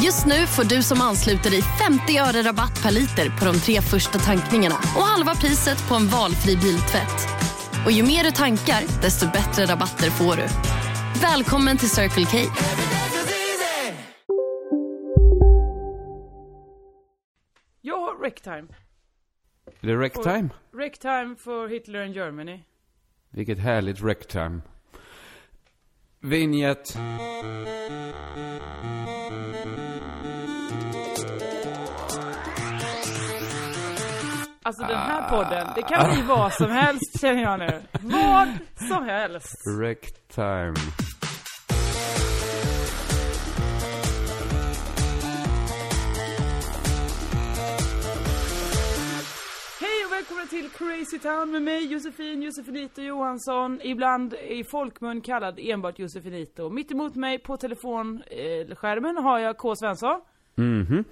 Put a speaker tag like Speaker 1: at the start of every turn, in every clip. Speaker 1: Just nu får du som ansluter dig 50 öre rabatt per liter på de tre första tankningarna och halva priset på en valfri biltvätt. Och ju mer du tankar, desto bättre rabatter får du. Välkommen till Circle K.
Speaker 2: Ja, Rectime.
Speaker 3: Är det rec-time?
Speaker 2: Rectime för Hitler and Germany.
Speaker 3: Vilket härligt rec-time. Vinjet.
Speaker 2: Alltså den
Speaker 3: Ah.
Speaker 2: här podden, det kan bli vad som helst känner jag nu. Vad som helst.
Speaker 3: Rec-time.
Speaker 2: Hej och välkomna till Crazy Town med mig Josefin Josefinito Johansson. Ibland i folkmun kallad enbart Josefinito. Mitt emot mig på telefonskärmen har jag K. Svensson.
Speaker 3: Mhm.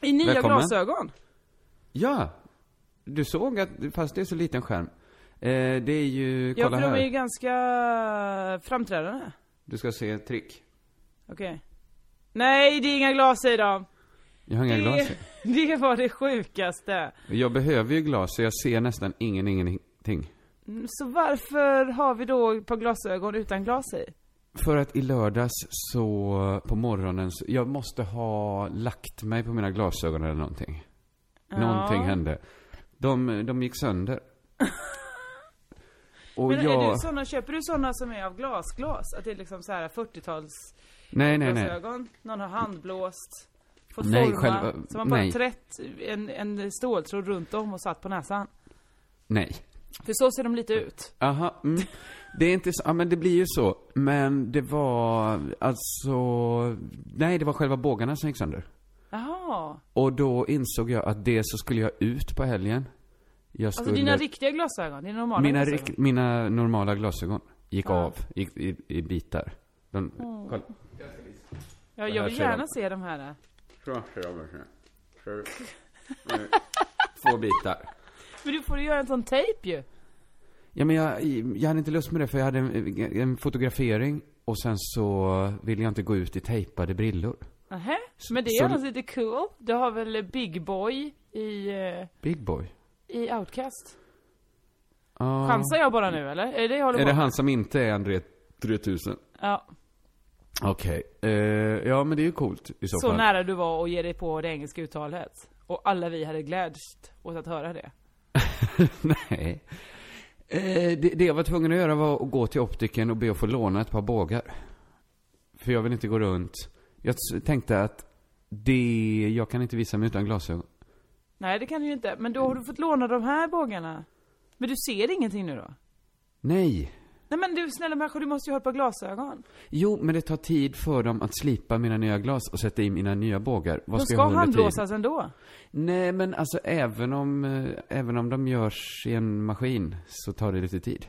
Speaker 2: I nya
Speaker 3: Välkommen.
Speaker 2: glasögon.
Speaker 3: Ja. Du såg att, fast det är så liten skärm. Eh, det är ju,
Speaker 2: Ja,
Speaker 3: kolla
Speaker 2: för de
Speaker 3: här.
Speaker 2: är ju ganska framträdande.
Speaker 3: Du ska se ett trick.
Speaker 2: Okej. Nej, det är inga glas i dem.
Speaker 3: Jag har inga
Speaker 2: Det-
Speaker 3: glas i.
Speaker 2: Det var det sjukaste.
Speaker 3: Jag behöver ju glas, så jag ser nästan ingen, ingenting.
Speaker 2: Så varför har vi då ett par glasögon utan glas i?
Speaker 3: För att i lördags så, på morgonen, så, jag måste ha lagt mig på mina glasögon eller någonting. Någonting hände. De, de gick sönder. Och
Speaker 2: Men
Speaker 3: jag...
Speaker 2: är du såna, köper du såna som är av glasglas? Att det är liksom så här 40-tals
Speaker 3: nej, nej, nej.
Speaker 2: glasögon? Någon har handblåst? Fått
Speaker 3: Nej,
Speaker 2: forma?
Speaker 3: själva-
Speaker 2: som man bara
Speaker 3: nej.
Speaker 2: trätt en, en ståltråd runt om och satt på näsan?
Speaker 3: Nej.
Speaker 2: För så ser de lite ut.
Speaker 3: Aha, mm. Det är inte så, ja men det blir ju så. Men det var, alltså, nej det var själva bågarna som gick sönder.
Speaker 2: Jaha. Alltså,
Speaker 3: Och då insåg jag att det så skulle jag ut på helgen. Jag skulle,
Speaker 2: Alltså dina riktiga glasögon? Dina normala
Speaker 3: mina,
Speaker 2: glasögon?
Speaker 3: rikt- mina normala glasögon gick av, gick i, i bitar. De, kolla.
Speaker 2: Ja, jag
Speaker 3: här
Speaker 2: vill
Speaker 3: ser de.
Speaker 2: gärna se de här.
Speaker 3: Så, ser jag mig här. Så, nu, Två bitar.
Speaker 2: Men du får ju göra en sån tejp ju.
Speaker 3: Ja, men jag, jag hade inte lust med det för jag hade en, en fotografering och sen så ville jag inte gå ut i tejpade brillor.
Speaker 2: Nähä? Men det är
Speaker 3: så-
Speaker 2: annars lite cool. Du har väl Big Boy i, eh,
Speaker 3: Big boy.
Speaker 2: i Outcast?
Speaker 3: Ja.
Speaker 2: Chansar jag bara nu eller? Är det det jag håller
Speaker 3: Är
Speaker 2: på
Speaker 3: det
Speaker 2: med?
Speaker 3: han som inte är André 3000?
Speaker 2: Ja.
Speaker 3: Okej. Eh, ja, men det är ju coolt i så,
Speaker 2: Så
Speaker 3: fall.
Speaker 2: nära du var att ge dig på det engelska uttalet. Och alla vi hade glädst åt att höra det.
Speaker 3: Nej. Eh, det, det jag var tvungen att göra var att gå till optiken och be att få låna ett par bågar. För jag vill inte gå runt. Jag s- tänkte att det, jag kan inte visa mig utan glasögon.
Speaker 2: Nej det kan du ju inte. Men då har du fått låna de här bågarna. Men du ser ingenting nu då?
Speaker 3: Nej.
Speaker 2: Nej men du snälla människa, du måste ju ha ett par glasögon.
Speaker 3: Jo, men det tar tid för dem att slipa mina nya glas och sätta in mina nya bågar. Vad
Speaker 2: De
Speaker 3: ska,
Speaker 2: ska
Speaker 3: jag ha under tiden?
Speaker 2: handblåsas ändå.
Speaker 3: Nej, men alltså även om, eh, även om de görs i en maskin så tar det lite tid.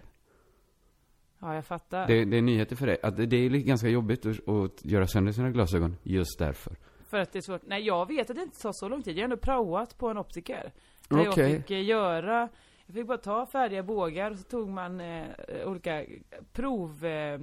Speaker 2: Ja jag fattar.
Speaker 3: Det, det är nyheter för dig. Att det, det är li- ganska jobbigt att, att göra sönder sina glasögon just därför.
Speaker 2: För att det är svårt. Nej jag vet att det inte tar så lång tid. Jag har ändå praoat på en optiker. Där jag
Speaker 3: Okej.
Speaker 2: fick eh, göra, jag fick bara ta färdiga bågar och så tog man eh, olika prov, eh,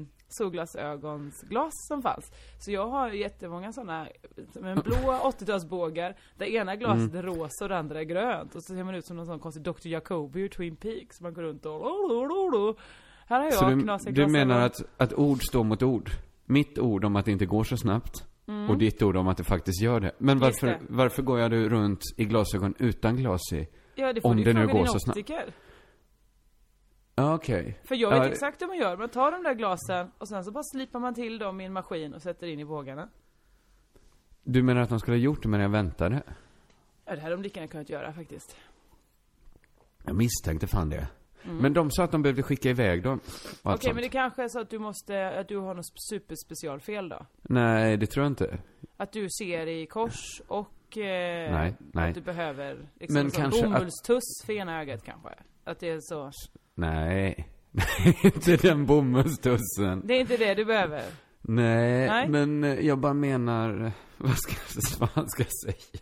Speaker 2: solglasögonsglas som fanns. Så jag har ju jättemånga sådana, som en blå 80-talsbågar, där ena
Speaker 3: Mm.
Speaker 2: glaset är rosa och det andra är grönt. Och så ser man ut som någon sån konstig Dr. Jacobi ur Twin Peaks. Man går runt och Här har jag
Speaker 3: så du,
Speaker 2: knasiga
Speaker 3: du
Speaker 2: glasögon.
Speaker 3: menar att, att ord står mot ord? Mitt ord om att det inte går så snabbt och ditt ord om att det faktiskt gör det. Men
Speaker 2: Mm. Just
Speaker 3: varför,
Speaker 2: det.
Speaker 3: varför går jag då runt i glasögon utan glas i?
Speaker 2: Ja det får
Speaker 3: om
Speaker 2: du
Speaker 3: det
Speaker 2: ju
Speaker 3: nu
Speaker 2: fråga
Speaker 3: går
Speaker 2: din
Speaker 3: så snabbt.
Speaker 2: optiker.
Speaker 3: Ja, Okej.
Speaker 2: För jag vet
Speaker 3: Ja,
Speaker 2: exakt hur man gör. Man tar de där glasen och sen så bara slipar man till dem i en maskin och sätter in i bågarna.
Speaker 3: Du menar att de skulle ha gjort det medan jag väntade?
Speaker 2: Ja, det hade de lika gärna kunnat göra faktiskt.
Speaker 3: Jag misstänkte fan det. Men de sa att de behövde skicka iväg dem. och
Speaker 2: Mm. Okej,
Speaker 3: allt sånt.
Speaker 2: men det kanske är så att du måste, att du har något superspecialfel då?
Speaker 3: Nej, det tror jag inte.
Speaker 2: Att du ser i kors och tjock eh,
Speaker 3: Nej, nej.
Speaker 2: att du behöver liksom
Speaker 3: Men
Speaker 2: en sån
Speaker 3: kanske att-
Speaker 2: bomullstuss för ena ögat kanske. Att det är så.
Speaker 3: Nej. Nej, inte den bomullstussen.
Speaker 2: Det är inte det du behöver.
Speaker 3: Nej,
Speaker 2: Nej.
Speaker 3: men eh, jag bara menar, eh, vad ska, vad ska jag säga?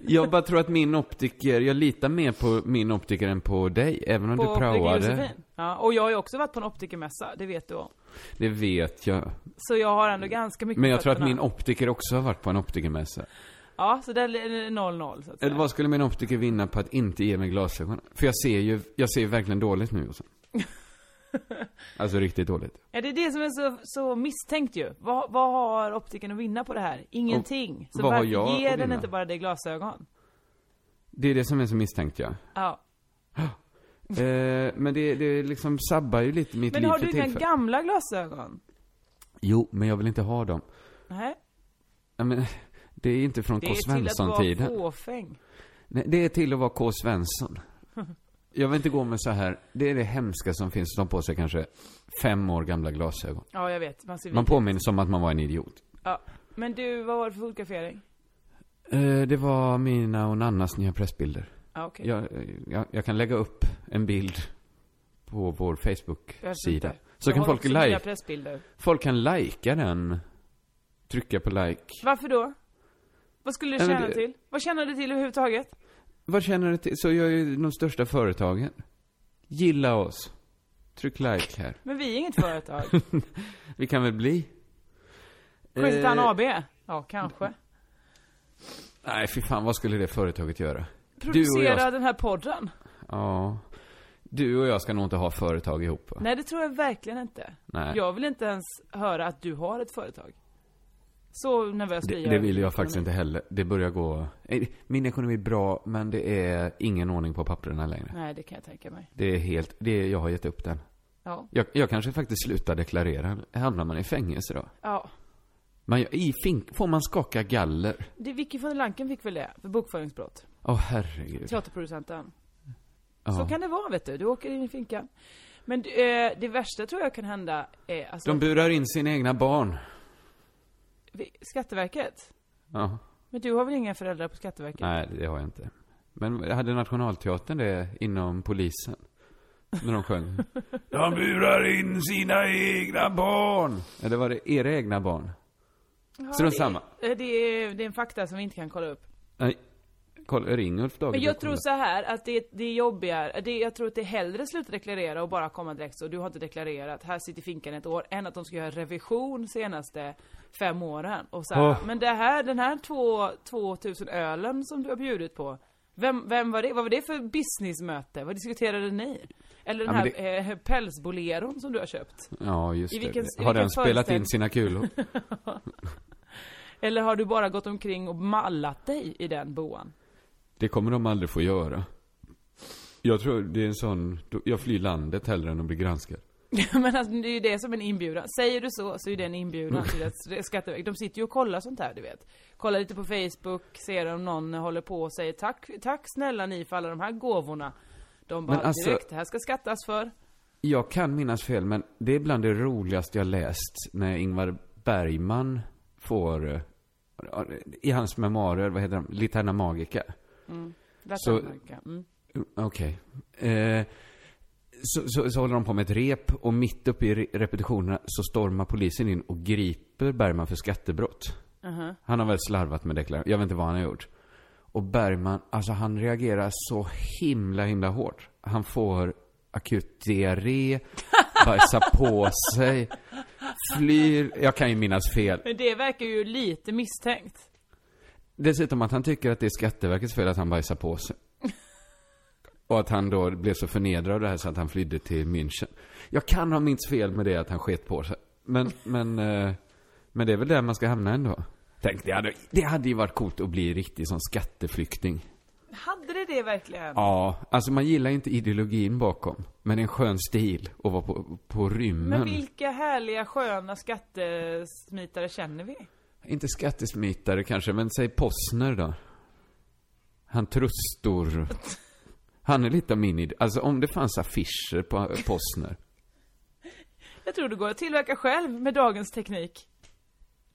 Speaker 3: jag bara tror att min optiker, jag litar mer på min optiker än på dig, även om
Speaker 2: På
Speaker 3: du
Speaker 2: optiker
Speaker 3: praoade.
Speaker 2: Josefin. Ja, och jag har ju också varit på en optikermässa, det vet du om.
Speaker 3: Det vet jag.
Speaker 2: Så jag har ändå ganska mycket
Speaker 3: Mm. Men jag
Speaker 2: på
Speaker 3: tror att
Speaker 2: fötterna.
Speaker 3: min optiker också har varit på en optikermässa.
Speaker 2: Ja, så där är det 0-0 så att
Speaker 3: Eller
Speaker 2: säga.
Speaker 3: vad skulle min optiker vinna på att inte ge mig glasögon? För jag ser ju, jag ser ju verkligen dåligt nu Jossan. Alltså riktigt dåligt.
Speaker 2: Ja, det är det som är så, så misstänkt ju. Vad, vad har optiken att vinna på det här? Ingenting. Så
Speaker 3: vad har
Speaker 2: varför
Speaker 3: jag att
Speaker 2: ger den
Speaker 3: vinna?
Speaker 2: inte bara dig glasögon?
Speaker 3: Det är det som är så misstänkt ja.
Speaker 2: Ja.
Speaker 3: Eh, men det, det liksom sabbar ju lite mitt
Speaker 2: Men
Speaker 3: liv
Speaker 2: har
Speaker 3: för
Speaker 2: du dina
Speaker 3: tillfället.
Speaker 2: gamla glasögon?
Speaker 3: Jo, men jag vill inte ha dem.
Speaker 2: Nej,
Speaker 3: Nej, men, det är inte från
Speaker 2: det
Speaker 3: K.
Speaker 2: är till att vara
Speaker 3: Svensson-tiden.
Speaker 2: fåfäng.
Speaker 3: Nej, det är till att vara K. Svensson. Jag vill inte gå med så här. det är det hemska som finns, som på sig kanske fem år gamla glasögon.
Speaker 2: Ja, jag vet. Man ser
Speaker 3: Man
Speaker 2: vidrig
Speaker 3: påminns om att man var en idiot.
Speaker 2: ut. ja. Men du, vad var det för fotografering?
Speaker 3: Eh, det var mina och Nannas nya pressbilder.
Speaker 2: Ja, okej.
Speaker 3: Jag, jag, jag kan lägga upp en bild på vår
Speaker 2: Jag vet
Speaker 3: Facebook-sida.
Speaker 2: inte.
Speaker 3: Så
Speaker 2: Jag
Speaker 3: kan
Speaker 2: har
Speaker 3: folk,
Speaker 2: också nya
Speaker 3: like,
Speaker 2: pressbilder.
Speaker 3: folk kan likea den. Trycka på like.
Speaker 2: Varför då? Vad skulle du
Speaker 3: Nej, men
Speaker 2: tjäna
Speaker 3: det-
Speaker 2: till? Vad tjänar du till överhuvudtaget?
Speaker 3: Vad känner du till? Så jag är ju de största företagen. Gilla oss. Tryck like här.
Speaker 2: Men vi är inget företag.
Speaker 3: Vi kan väl bli?
Speaker 2: Skyltan
Speaker 3: Eh,
Speaker 2: AB? Ja, kanske.
Speaker 3: Nej, fy fan, vad skulle det företaget göra?
Speaker 2: Producera den här podden?
Speaker 3: Ja. Du och jag ska nog inte ha företag ihop, va?
Speaker 2: Nej, det tror jag verkligen inte.
Speaker 3: Nej.
Speaker 2: Jag vill inte ens höra att du har ett företag. Så nervös blir
Speaker 3: Det,
Speaker 2: jag.
Speaker 3: det vill jag faktiskt inte heller. Det börjar gå... Eh, Min ekonomi är bra, men det är ingen ordning på papperna längre.
Speaker 2: Nej, det kan jag tänka mig.
Speaker 3: Det är helt... Det är, jag har gett upp den.
Speaker 2: Ja.
Speaker 3: Jag, jag kanske faktiskt slutar deklarera. Hamnar man i fängelse då?
Speaker 2: Ja.
Speaker 3: Man, i fink, får man skaka galler?
Speaker 2: Det, Vicky von der Lanken fick väl det? För bokföringsbrott.
Speaker 3: Åh, herregud.
Speaker 2: Teaterproducenten.
Speaker 3: Ja.
Speaker 2: Så kan det vara vet du, du åker in i finkan. Men eh, det värsta tror jag kan hända är alltså,
Speaker 3: De burar in sina egna barn.
Speaker 2: vi- Skatteverket.
Speaker 3: Ja.
Speaker 2: Men du har väl inga föräldrar på Skatteverket?
Speaker 3: Nej, det har jag inte. Men hade Nationalteatern det inom polisen? När de sjöng. de burar in sina egna barn! Eller var det era egna barn?
Speaker 2: Ja,
Speaker 3: strunt
Speaker 2: det-
Speaker 3: samma.
Speaker 2: eh, Det är, det är en fakta som vi inte kan kolla upp.
Speaker 3: Nej. Kolla, ring Ulf Dagerberg.
Speaker 2: Men jag tror
Speaker 3: kolla.
Speaker 2: så här att det, det är jobbigare, det, jag tror att det är hellre sluta deklarera och bara komma direkt så, du har inte deklarerat, här sitter finkan ett år, än att de ska göra revision senaste fem åren. Och så här,
Speaker 3: Åh.
Speaker 2: men det här, den här två, 2000 ölen som du har bjudit på, vem, vem var det? Vad var det för businessmöte? Vad diskuterade ni? Eller den
Speaker 3: Ja,
Speaker 2: här
Speaker 3: men
Speaker 2: eh, pälsboleron som du har köpt?
Speaker 3: Ja, just
Speaker 2: I vilken-
Speaker 3: det.
Speaker 2: i
Speaker 3: Har
Speaker 2: vilken
Speaker 3: den spelat in
Speaker 2: föreställning?
Speaker 3: sina kulor?
Speaker 2: Eller har du bara gått omkring och mallat dig i den boan?
Speaker 3: Det kommer de aldrig få göra. Jag tror det är en sån... Jag flyr landet hellre än att bli granskad.
Speaker 2: Men alltså, det är ju det som en inbjudan. Säger du så, så är det en inbjudan till att Skatteverket, de sitter ju och kollar sånt här du vet. Kollar lite på Facebook, ser om någon håller på och säger tack, tack snälla ni för alla de här gåvorna. De bara
Speaker 3: Men alltså-
Speaker 2: direkt, det här ska skattas för.
Speaker 3: Jag kan minnas fel, men det är bland det roligaste jag läst när Ingvar Bergman får, eh, i hans memoarer, vad heter de, Litterna Magica. Så-
Speaker 2: Latinamerika. Mm.
Speaker 3: Okej. Eh, så, så, så håller de på med ett rep och mitt uppe i re- repetitionerna så stormar polisen in och griper Bergman för skattebrott. Han har väl slarvat med deklarationen, jag vet inte vad han har gjort. Och Bergman, alltså han reagerar så himla, himla hårt. Han får akut diarré, bajsar på sig, flyr. Jag kan ju minnas fel.
Speaker 2: Men det verkar ju lite misstänkt.
Speaker 3: Dessutom att han tycker att det är Skatteverkets fel att han bajsar på sig. Och att han då blev så förnedrad av det här så att han flydde till München. Jag kan ha minst fel med det att han sket på sig. Men, men, eh, men det är väl där man ska hamna ändå. Tänk, det hade, det hade ju varit coolt att bli riktig sån skatteflykting.
Speaker 2: Hade det det verkligen?
Speaker 3: Ja, alltså man gillar ju inte ideologin bakom. Men det är en skön stil att vara på, på
Speaker 2: Men
Speaker 3: rymmen.
Speaker 2: vilka härliga sköna skattesmitare känner vi?
Speaker 3: Inte skattesmitare kanske, men säg Posner då. Han Trustor. Han är lite av min id- Alltså om det fanns affischer på eh, Posner.
Speaker 2: Jag tror det går att tillverka själv med dagens teknik.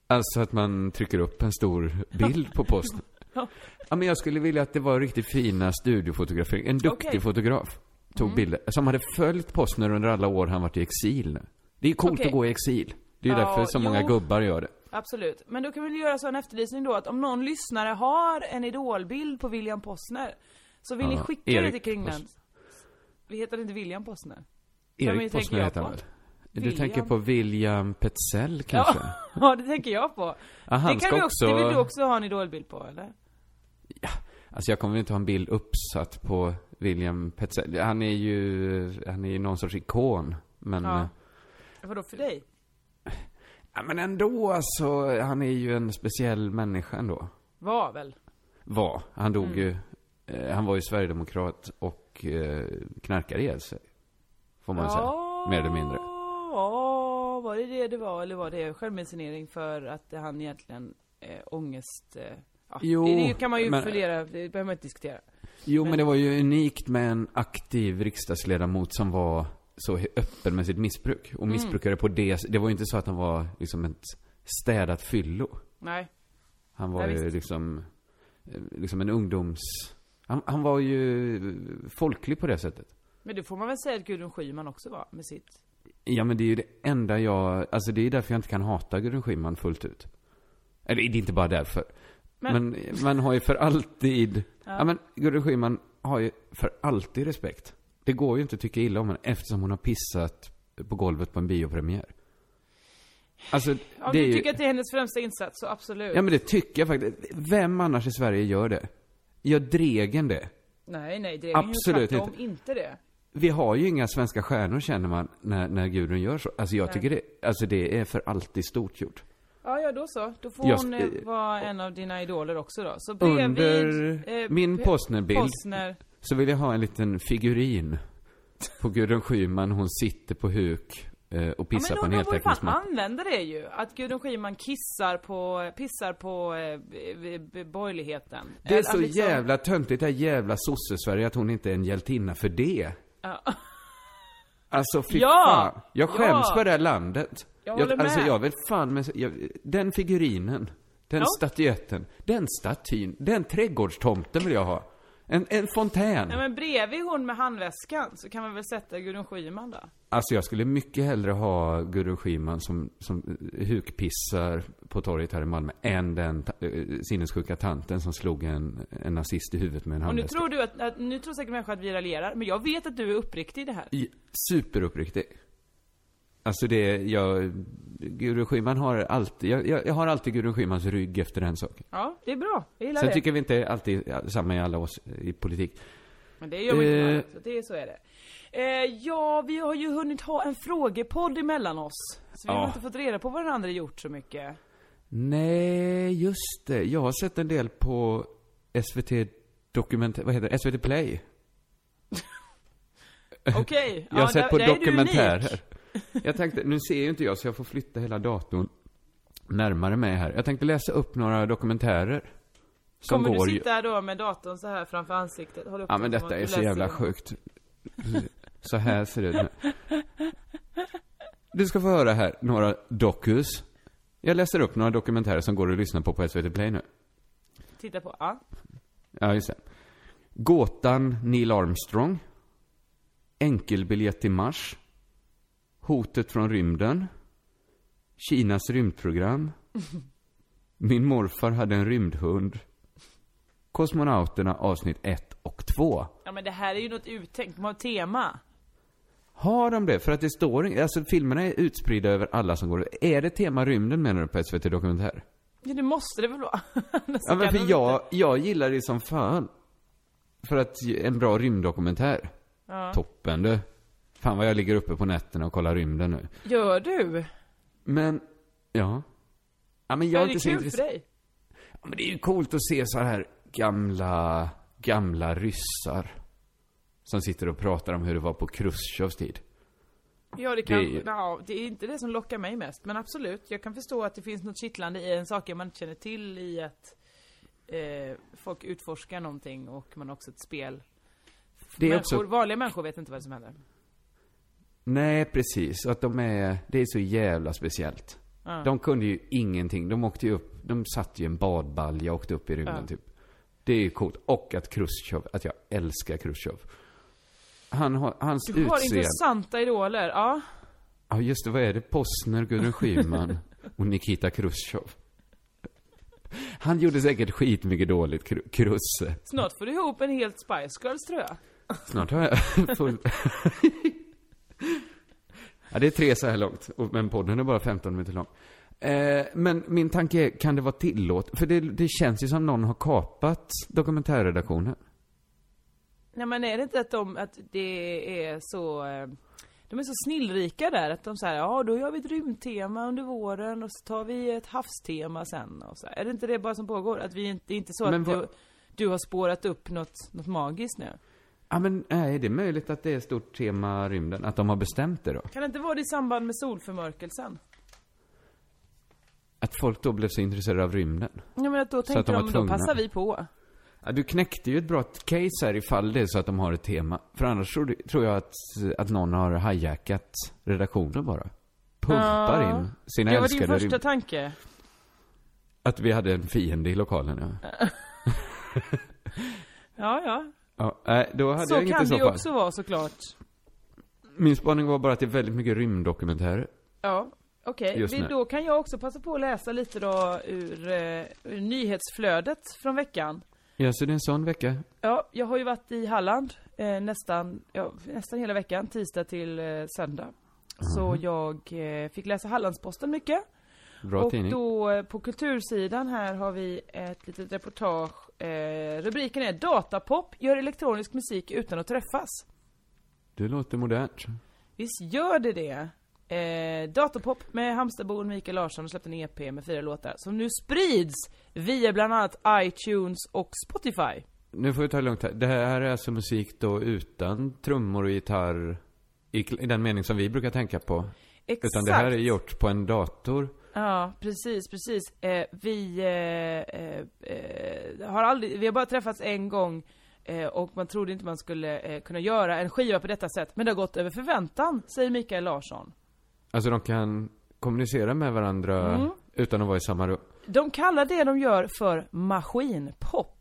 Speaker 3: Alltså att man trycker upp en stor bild på posten. Ja, men jag skulle vilja att det var riktigt fina studiofotograferingar. En duktig
Speaker 2: Okej. Mm.
Speaker 3: fotograf tog bilder. Som hade följt Postner under alla år han varit i exil. nu. Det är coolt
Speaker 2: Okej.
Speaker 3: att gå i exil. Det är
Speaker 2: Ja,
Speaker 3: därför så många
Speaker 2: jo.
Speaker 3: gubbar gör det.
Speaker 2: Absolut. Men då kan vi väl göra så en efterlysning då att om någon lyssnare har en idolbild på William Postner så vill ni
Speaker 3: Ja,
Speaker 2: skicka det
Speaker 3: Erik
Speaker 2: till Kringland.
Speaker 3: Post-
Speaker 2: Vi heter inte William Postner? men det
Speaker 3: Erik
Speaker 2: tänker
Speaker 3: Postner
Speaker 2: jag
Speaker 3: heter han
Speaker 2: på.
Speaker 3: väl? Du
Speaker 2: William.
Speaker 3: tänker på William Petzell kanske? Ja.
Speaker 2: Ja, det tänker jag på.
Speaker 3: han
Speaker 2: det,
Speaker 3: ska
Speaker 2: kan vi
Speaker 3: också...
Speaker 2: också...
Speaker 3: Mm.
Speaker 2: det vill du också ha en idolbild på eller?
Speaker 3: Alltså jag kommer inte ha en bild uppsatt på William Petzell. Han är ju, han är ju någon sorts ikon. Men,
Speaker 2: Ja.
Speaker 3: ja.
Speaker 2: Vadå för dig?
Speaker 3: men ändå alltså, han är ju en speciell människa ändå.
Speaker 2: Var väl?
Speaker 3: Var. Han dog
Speaker 2: Mm.
Speaker 3: ju, eh, han var ju sverigedemokrat och eh, knarkade ihjäl sig. Får man säga. Mer eller mindre.
Speaker 2: Ja, var det det det var eller var det självmedicinering för att han egentligen eh, ångest... Eh, ja,
Speaker 3: Jo,
Speaker 2: det, det kan man ju
Speaker 3: men-
Speaker 2: fundera, det behöver man inte diskutera.
Speaker 3: Jo, men det var ju unikt med en aktiv riksdagsledamot som var så öppen med sitt missbruk.
Speaker 2: Mm.
Speaker 3: Och missbrukade på det, det var ju inte så att han var liksom ett städat fyllo.
Speaker 2: Nej.
Speaker 3: Han var
Speaker 2: Ja,
Speaker 3: ju
Speaker 2: visst.
Speaker 3: liksom, eh, liksom en ungdoms... Han, han var ju eh, folklig på det sättet.
Speaker 2: Men det får man väl säga att Gudrun Schyman också var med sitt.
Speaker 3: Ja men det är ju det enda jag, alltså det är därför jag inte kan hata Gudrun Schyman fullt ut. Eller det är inte bara därför. Men,
Speaker 2: Men-
Speaker 3: man har ju för alltid, ja. men Gudrun Schyman har ju för alltid respekt. Det går ju inte att tycka illa om henne eftersom hon har pissat på golvet på en biopremiär. Alltså,
Speaker 2: Om
Speaker 3: det är
Speaker 2: du
Speaker 3: ju...
Speaker 2: tycker att det är hennes främsta insats så absolut.
Speaker 3: Ja men det tycker jag faktiskt. Vem annars i Sverige gör det? Gör Dregen det?
Speaker 2: Nej, nej, det är
Speaker 3: Absolut
Speaker 2: ju inte. inte det.
Speaker 3: Vi har ju inga svenska stjärnor känner man när, när Gudrun gör så. Alltså jag tycker det, alltså det är för alltid stort gjort.
Speaker 2: Ja, ja, då så. Då får
Speaker 3: Jag-
Speaker 2: hon eh, vara en av dina idoler också då. Så bredvid,
Speaker 3: Under min
Speaker 2: Pe-
Speaker 3: Postnerbild
Speaker 2: Postner.
Speaker 3: så vill jag ha en liten figurin på Gudrun Schyman. Hon sitter på huk eh, och
Speaker 2: Ja,
Speaker 3: pissar
Speaker 2: men
Speaker 3: på en
Speaker 2: då, då borde fan
Speaker 3: heltäckningsmatta.
Speaker 2: använda det ju. Att Gudrun Schyman kissar på, pissar på eh, b- b- borgerligheten.
Speaker 3: Det är
Speaker 2: Eller att
Speaker 3: så
Speaker 2: liksom-
Speaker 3: jävla töntigt det här jävla sosse-Sverige att hon inte är en hjältinna för det.
Speaker 2: Ja.
Speaker 3: Alltså fy
Speaker 2: Ja!
Speaker 3: fan. Jag skäms
Speaker 2: Ja!
Speaker 3: för det här landet.
Speaker 2: Jag håller
Speaker 3: Alltså
Speaker 2: med.
Speaker 3: jag vet fan men jag, den figurinen, den
Speaker 2: Ja.
Speaker 3: statyetten, den statyn, den trädgårdstomten vill jag ha. En, en fontän.
Speaker 2: Nej men bredvid hon med handväskan så kan man väl sätta Gudrun Schyman då?
Speaker 3: Alltså jag skulle mycket hellre ha Gudrun Schyman som, som eh, hukpissar på torget här i Malmö än den ta- eh, sinnessjuka tanten som slog en, en nazist i huvudet med en
Speaker 2: Och nu
Speaker 3: handväska.
Speaker 2: tror du att, att, nu tror säkert människor att vi raljerar, men jag vet att du är uppriktig i det här.
Speaker 3: I- Superuppriktig. Alltså det, jag, Gudrun Schyman har alltid, jag, jag, jag har alltid Gudrun Schymans rygg efter den saken.
Speaker 2: Ja, det är bra. Jag gillar
Speaker 3: Sen
Speaker 2: det.
Speaker 3: tycker vi inte alltid samma i alla oss i politik.
Speaker 2: Men det gör man inte
Speaker 3: Eh.
Speaker 2: med allt, så det, så är det. Eh, ja, vi har ju hunnit ha en frågepodd emellan oss. Så vi har
Speaker 3: Ja.
Speaker 2: inte fått reda på vad den andra gjort så mycket.
Speaker 3: Nej, just det. Jag har sett en del på SVT dokument, vad heter det? SVT Play.
Speaker 2: Okej.
Speaker 3: Jag har
Speaker 2: ja,
Speaker 3: sett på
Speaker 2: där- där är du unik.
Speaker 3: dokumentärer. Jag tänkte, nu ser ju inte jag så jag får flytta hela datorn närmare mig här. Jag tänkte läsa upp några dokumentärer. Som
Speaker 2: Kommer
Speaker 3: går
Speaker 2: du
Speaker 3: ju-
Speaker 2: sitta då med datorn så här framför ansiktet? Håll upp
Speaker 3: Ja
Speaker 2: den
Speaker 3: men
Speaker 2: som att
Speaker 3: detta
Speaker 2: du
Speaker 3: är så
Speaker 2: läser
Speaker 3: jävla
Speaker 2: den.
Speaker 3: sjukt. Så här ser det ut nu. Du ska få höra här några dokus. Jag läser upp några dokumentärer som går att lyssna på på SVT Play nu.
Speaker 2: Titta på, ja.
Speaker 3: Ja, just det. Gåtan Neil Armstrong. Enkelbiljett till Mars. Hotet från rymden. Kinas rymdprogram. Min morfar hade en rymdhund. Kosmonauterna avsnitt 1 och 2.
Speaker 2: Ja men det här är ju något uttänkt, de har ett tema.
Speaker 3: Har de det? För att det står in- Alltså filmerna är utspridda över alla som går Är det tema rymden menar du på SVT Dokumentär?
Speaker 2: Ja det måste det väl vara? Annars
Speaker 3: Ja
Speaker 2: kan
Speaker 3: men
Speaker 2: de
Speaker 3: för
Speaker 2: inte-
Speaker 3: jag, jag gillar det som fan. För att ju- en bra rymddokumentär. Toppen du. Fan vad jag ligger uppe på nätterna och kollar rymden nu.
Speaker 2: Gör du?
Speaker 3: Men, ja. Ja men
Speaker 2: Jag
Speaker 3: jag
Speaker 2: är
Speaker 3: är
Speaker 2: det
Speaker 3: inte
Speaker 2: kul
Speaker 3: så
Speaker 2: för
Speaker 3: intresserad.
Speaker 2: dig?
Speaker 3: Ja, men det är ju coolt att se så här gamla, gamla ryssar. Som sitter och pratar om hur det var på Chrusjtjovs tid.
Speaker 2: Ja det kan,
Speaker 3: Det är ju-
Speaker 2: ja, det är inte det som lockar mig mest. Men absolut, jag kan förstå att det finns något kittlande i en sak man inte känner till i att eh, folk utforskar någonting och man har också ett spel.
Speaker 3: Det är
Speaker 2: människor,
Speaker 3: också
Speaker 2: Vanliga människor vet inte vad som händer.
Speaker 3: Nej, precis. Att de är, det är så jävla speciellt.
Speaker 2: Ja.
Speaker 3: De kunde ju ingenting. De åkte ju upp, de satt ju i en badbalja och åkte upp i rymden typ. Det är ju coolt. Och att Khrushchev, att jag älskar Khrushchev. Han har, hans
Speaker 2: Du har
Speaker 3: utseende.
Speaker 2: intressanta idoler, ja.
Speaker 3: Ja just det, vad är det? Posner, Gudrun Schyman och Nikita Khrushchev. Han gjorde säkert skitmycket dåligt, Kru- Krusse.
Speaker 2: Snart får du ihop en helt Spice Girls tror jag.
Speaker 3: Snart har jag full... ja, det är tre så här långt, och- men podden är bara 15 minuter lång. Eh, men min tanke är, kan det vara tillåt? För det, det känns ju som någon har kapat dokumentärredaktionen.
Speaker 2: Nej men är det inte att de, att det är så, eh, de är så snillrika där att de säger ja då gör vi ett rymdtema under våren och så tar vi ett havstema sen och så. här." Är det inte det bara som pågår? Att vi inte, det är inte så
Speaker 3: Men
Speaker 2: att
Speaker 3: vad-
Speaker 2: du, du har spårat upp något, något magiskt nu?
Speaker 3: Ja, men nej, det är möjligt att det är stort tema rymden, att de har bestämt det då.
Speaker 2: Kan det inte vara det i samband med solförmörkelsen?
Speaker 3: Att folk då blev så intresserade av rymden.
Speaker 2: Ja men att då
Speaker 3: att
Speaker 2: tänkte
Speaker 3: de var
Speaker 2: de, då
Speaker 3: tvungna.
Speaker 2: passar vi på.
Speaker 3: Ja, du knäckte ju ett bra case här ifall det är så att de har ett tema. För annars tror, du- tror jag att, att någon har hijackat redaktionen bara. Pumpar
Speaker 2: Ja.
Speaker 3: in sina
Speaker 2: Det var din
Speaker 3: älskade
Speaker 2: första
Speaker 3: rymd.
Speaker 2: tanke.
Speaker 3: Att vi hade en fiende i lokalen, ja.
Speaker 2: Ja ja.
Speaker 3: ja nej, då hade jag
Speaker 2: Så
Speaker 3: inget
Speaker 2: kan
Speaker 3: i
Speaker 2: det
Speaker 3: så
Speaker 2: ju
Speaker 3: fall.
Speaker 2: också vara såklart.
Speaker 3: Min spaning var bara att det är väldigt mycket rymddokumentärer.
Speaker 2: Ja, okej.
Speaker 3: Just
Speaker 2: Vi-
Speaker 3: nu.
Speaker 2: Då kan jag också passa på att läsa lite då ur, eh, ur nyhetsflödet från veckan.
Speaker 3: Ja, så det är en sån vecka.
Speaker 2: Ja, jag har ju varit i Halland eh, nästan, ja, nästan hela veckan, tisdag till eh, söndag. Så
Speaker 3: Mhm.
Speaker 2: jag eh, fick läsa Hallandsposten mycket.
Speaker 3: Bra
Speaker 2: och
Speaker 3: tidning.
Speaker 2: då eh, på kultursidan här har vi ett litet reportage. Eh, rubriken är Datapop gör elektronisk musik utan att träffas.
Speaker 3: Det låter modernt.
Speaker 2: Visst gör det det? Eh, Datapop med Halmstadbon Mikael Larsson släppte en EP med fyra låtar som nu sprids via bland annat iTunes och Spotify.
Speaker 3: Nu får vi ta det lugnt här. Det här är alltså musik då utan trummor och gitarr. I, kl- i den mening som vi brukar tänka på.
Speaker 2: Exakt.
Speaker 3: Utan det här är gjort på en dator.
Speaker 2: Ja, precis, precis. Eh, vi eh, eh, eh, har aldrig, vi har bara träffats en gång eh, och man trodde inte man skulle eh, kunna göra en skiva på detta sätt. Men det har gått över förväntan, säger Mikael Larsson.
Speaker 3: Alltså de kan kommunicera med varandra
Speaker 2: Mm.
Speaker 3: utan att vara i samma rum.
Speaker 2: De kallar det de gör för maskinpop.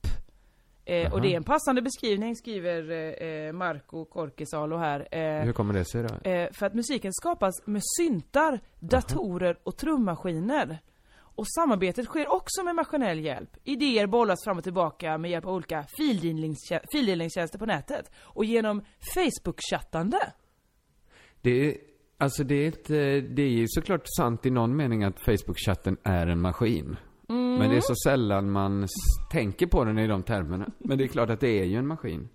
Speaker 2: Eh, och det är en passande beskrivning skriver eh, eh, Marco Korkisalo här. Eh,
Speaker 3: Hur kommer det sig då?
Speaker 2: eh, för att musiken skapas med syntar, datorer och trummaskiner. Och samarbetet sker också med maskinell hjälp. Idéer bollas fram och tillbaka med hjälp av olika fildelningstjä- fildelningstjänster på nätet. Och genom Facebook-chattande.
Speaker 3: Det är, alltså det är inte, det är ju såklart sant i någon mening att Facebook-chatten är en maskin.
Speaker 2: Mm.
Speaker 3: Men det är så sällan man s- tänker på den i de termerna. Men det är klart att det är ju en maskin.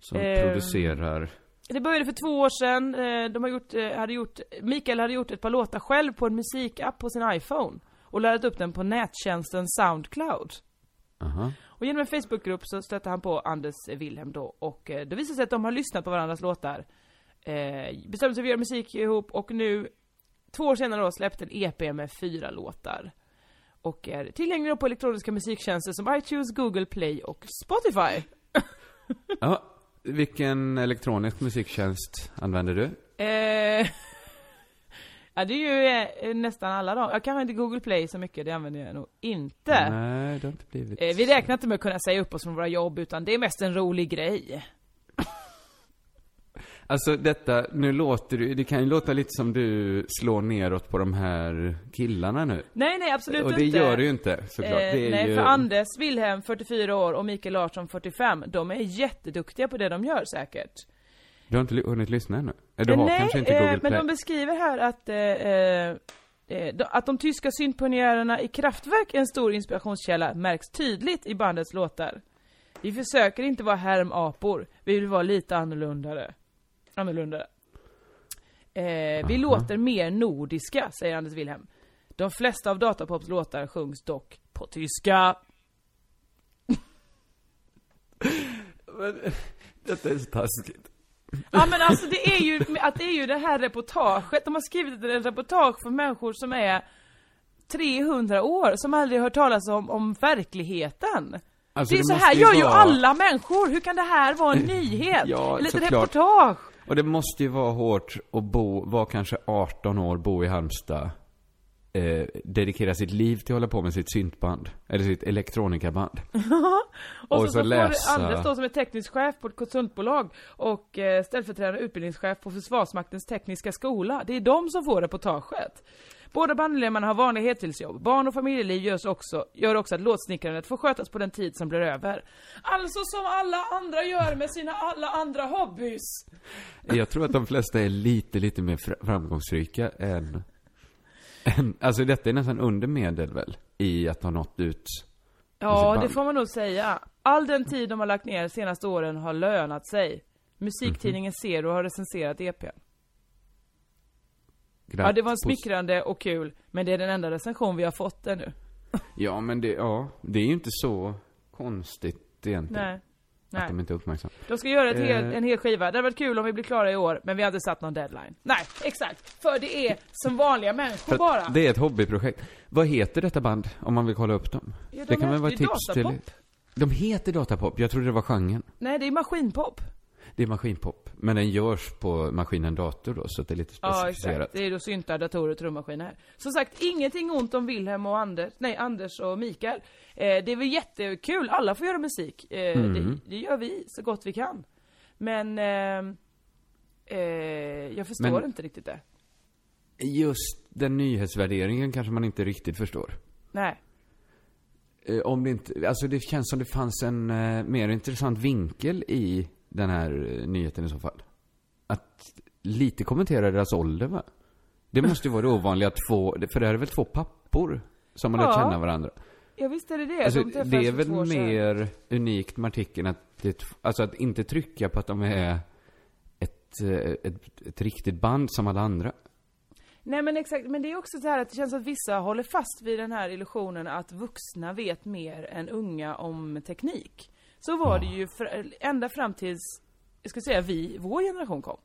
Speaker 3: Som
Speaker 2: Eh.
Speaker 3: producerar.
Speaker 2: Det började för två år sedan. Eh, De har gjort, eh, hade gjort, Mikael hade gjort ett par låtar själv på en musikapp på sin iPhone. Och laddat upp den på nättjänsten Soundcloud.
Speaker 3: Aha.
Speaker 2: Och genom en Facebookgrupp så stötte han på Anders Wilhelm då. Och eh, det visade sig att de har lyssnat på varandras låtar. Eh, Bestämde sig för att göra musik ihop och nu, två år senare då, släppte en EP med fyra låtar. Och är tillgänglig då på elektroniska musiktjänster som iTunes, Google Play och Spotify.
Speaker 3: Ja, vilken elektronisk musiktjänst använder du?
Speaker 2: Eh, ja, det är ju eh, nästan alla de. Jag kanske inte Google Play så mycket, det använder jag nog inte.
Speaker 3: Nej, det har inte blivit.
Speaker 2: Äh. Eh, vi räknar inte med att kunna säga upp oss från våra jobb, utan det är mest en rolig grej.
Speaker 3: Alltså detta, nu låter det, det kan ju låta lite som du slår neråt på de här killarna nu.
Speaker 2: Nej, nej, absolut
Speaker 3: och det
Speaker 2: inte.
Speaker 3: gör du ju inte såklart.
Speaker 2: Eh,
Speaker 3: det är
Speaker 2: nej,
Speaker 3: ju...
Speaker 2: för Anders Wilhelm, 44 år, och Mikael Larsson, 45, de är jätteduktiga på det de gör säkert.
Speaker 3: Du har inte li- hunnit lyssna ännu? Eh, Du
Speaker 2: Eh,
Speaker 3: har
Speaker 2: nej,
Speaker 3: kanske inte
Speaker 2: eh,
Speaker 3: Google
Speaker 2: men
Speaker 3: Play?
Speaker 2: de beskriver här att, eh, eh, eh, de- att de tyska syntpionjärerna i Kraftwerk är en stor inspirationskälla märks tydligt i bandets låtar. Vi försöker inte vara härmapor, vi vill vara lite annorlundare. annorlunda. Eh, vi låter mer nordiska, säger Anders Wilhelm. De flesta av Datapops låtar sjungs dock på tyska.
Speaker 3: Detta är så taskigt.
Speaker 2: Ja men alltså det är ju, att det är ju det här reportaget, de har skrivit ett reportage för människor som är 300 år, som aldrig hört talas om, om verkligheten.
Speaker 3: Alltså,
Speaker 2: det är
Speaker 3: det
Speaker 2: så
Speaker 3: måste
Speaker 2: här
Speaker 3: ju
Speaker 2: gör ju
Speaker 3: vara-
Speaker 2: alla människor, hur kan det här vara en nyhet?
Speaker 3: Ja,
Speaker 2: Eller ett
Speaker 3: såklart.
Speaker 2: reportage?
Speaker 3: Och det måste ju vara hårt att bo, vara kanske 18 år, bo i Halmstad. eh, dedikera sitt liv till att hålla på med sitt syntband. Eller sitt elektronikaband.
Speaker 2: Och,
Speaker 3: Och
Speaker 2: så,
Speaker 3: så
Speaker 2: så
Speaker 3: läsa-
Speaker 2: får Anders då som är teknisk chef på ett konsultbolag och eh, ställföreträdande utbildningschef på Försvarsmaktens tekniska skola. Det är de som får reportaget. Båda bandmedlemmarna har vanliga heltidsjobb. Barn och familjeliv görs också, gör också att låtsnickrandet får skötas på den tid som blir över. Alltså som alla andra gör med sina alla andra hobbys.
Speaker 3: Jag tror att de flesta är lite, lite mer fr- framgångsrika än... än alltså detta är nästan under medel väl? I att ha nått ut. Alltså,
Speaker 2: Ja,
Speaker 3: band.
Speaker 2: det får man nog säga. All den tid de har lagt ner de senaste åren har lönat sig. Musiktidningen Zero har recenserat E EPn. Ja, det var en
Speaker 3: Grattis på-
Speaker 2: smickrande och kul, men det är den enda recension vi har fått ännu.
Speaker 3: Ja, men det, ja, det är ju inte så konstigt egentligen.
Speaker 2: Nej.
Speaker 3: Att de
Speaker 2: Nej.
Speaker 3: inte är uppmärksamma.
Speaker 2: De ska göra ett hel,
Speaker 3: Eh.
Speaker 2: en hel skiva. Det hade varit kul om vi blir klara i år, men vi har inte satt någon deadline. Nej, exakt. För det är som vanliga människor
Speaker 3: För
Speaker 2: bara.
Speaker 3: att det är ett hobbyprojekt. Vad heter detta band om man vill kolla upp dem?
Speaker 2: Ja, de
Speaker 3: det kan väl vara ett
Speaker 2: heter ju
Speaker 3: tips
Speaker 2: datapop.
Speaker 3: till... De heter datapop. Jag trodde det var genren.
Speaker 2: Nej, det är maskinpop.
Speaker 3: Det är maskinpop. Men den görs på maskinen dator då, så att det är lite
Speaker 2: Ja,
Speaker 3: specificerat.
Speaker 2: exakt. Det är då syntar, datorer och trummaskiner. Som sagt, ingenting ont om Wilhelm och Anders, nej, Anders och Mikael. Eh, det är väl jättekul, alla får göra musik. Eh,
Speaker 3: Mm.
Speaker 2: det, det gör vi så gott vi kan. Men ehm, eh, jag förstår
Speaker 3: Men-
Speaker 2: inte riktigt det.
Speaker 3: Just den nyhetsvärderingen kanske man inte riktigt förstår.
Speaker 2: Nej.
Speaker 3: Eh, om det inte, alltså det känns som det fanns en eh, mer intressant vinkel i den här eh, nyheten i så fall. Att lite kommentera deras ålder va? Det måste ju vara det ovanliga att två, för det här är väl två pappor som har lärt
Speaker 2: Ja.
Speaker 3: känna varandra?
Speaker 2: Ja visst är det det.
Speaker 3: Alltså,
Speaker 2: de träffades
Speaker 3: det är
Speaker 2: för
Speaker 3: väl
Speaker 2: två år sedan.
Speaker 3: mer unikt med artikeln att det, är tv- alltså att inte trycka på att de är ett, eh, ett, ett riktigt band som alla andra.
Speaker 2: Nej men exakt, men det är också så här att det känns att vissa håller fast vid den här illusionen att vuxna vet mer än unga om teknik. Så var det ju för, ända fram tills, jag skulle säga vi, vår generation kom.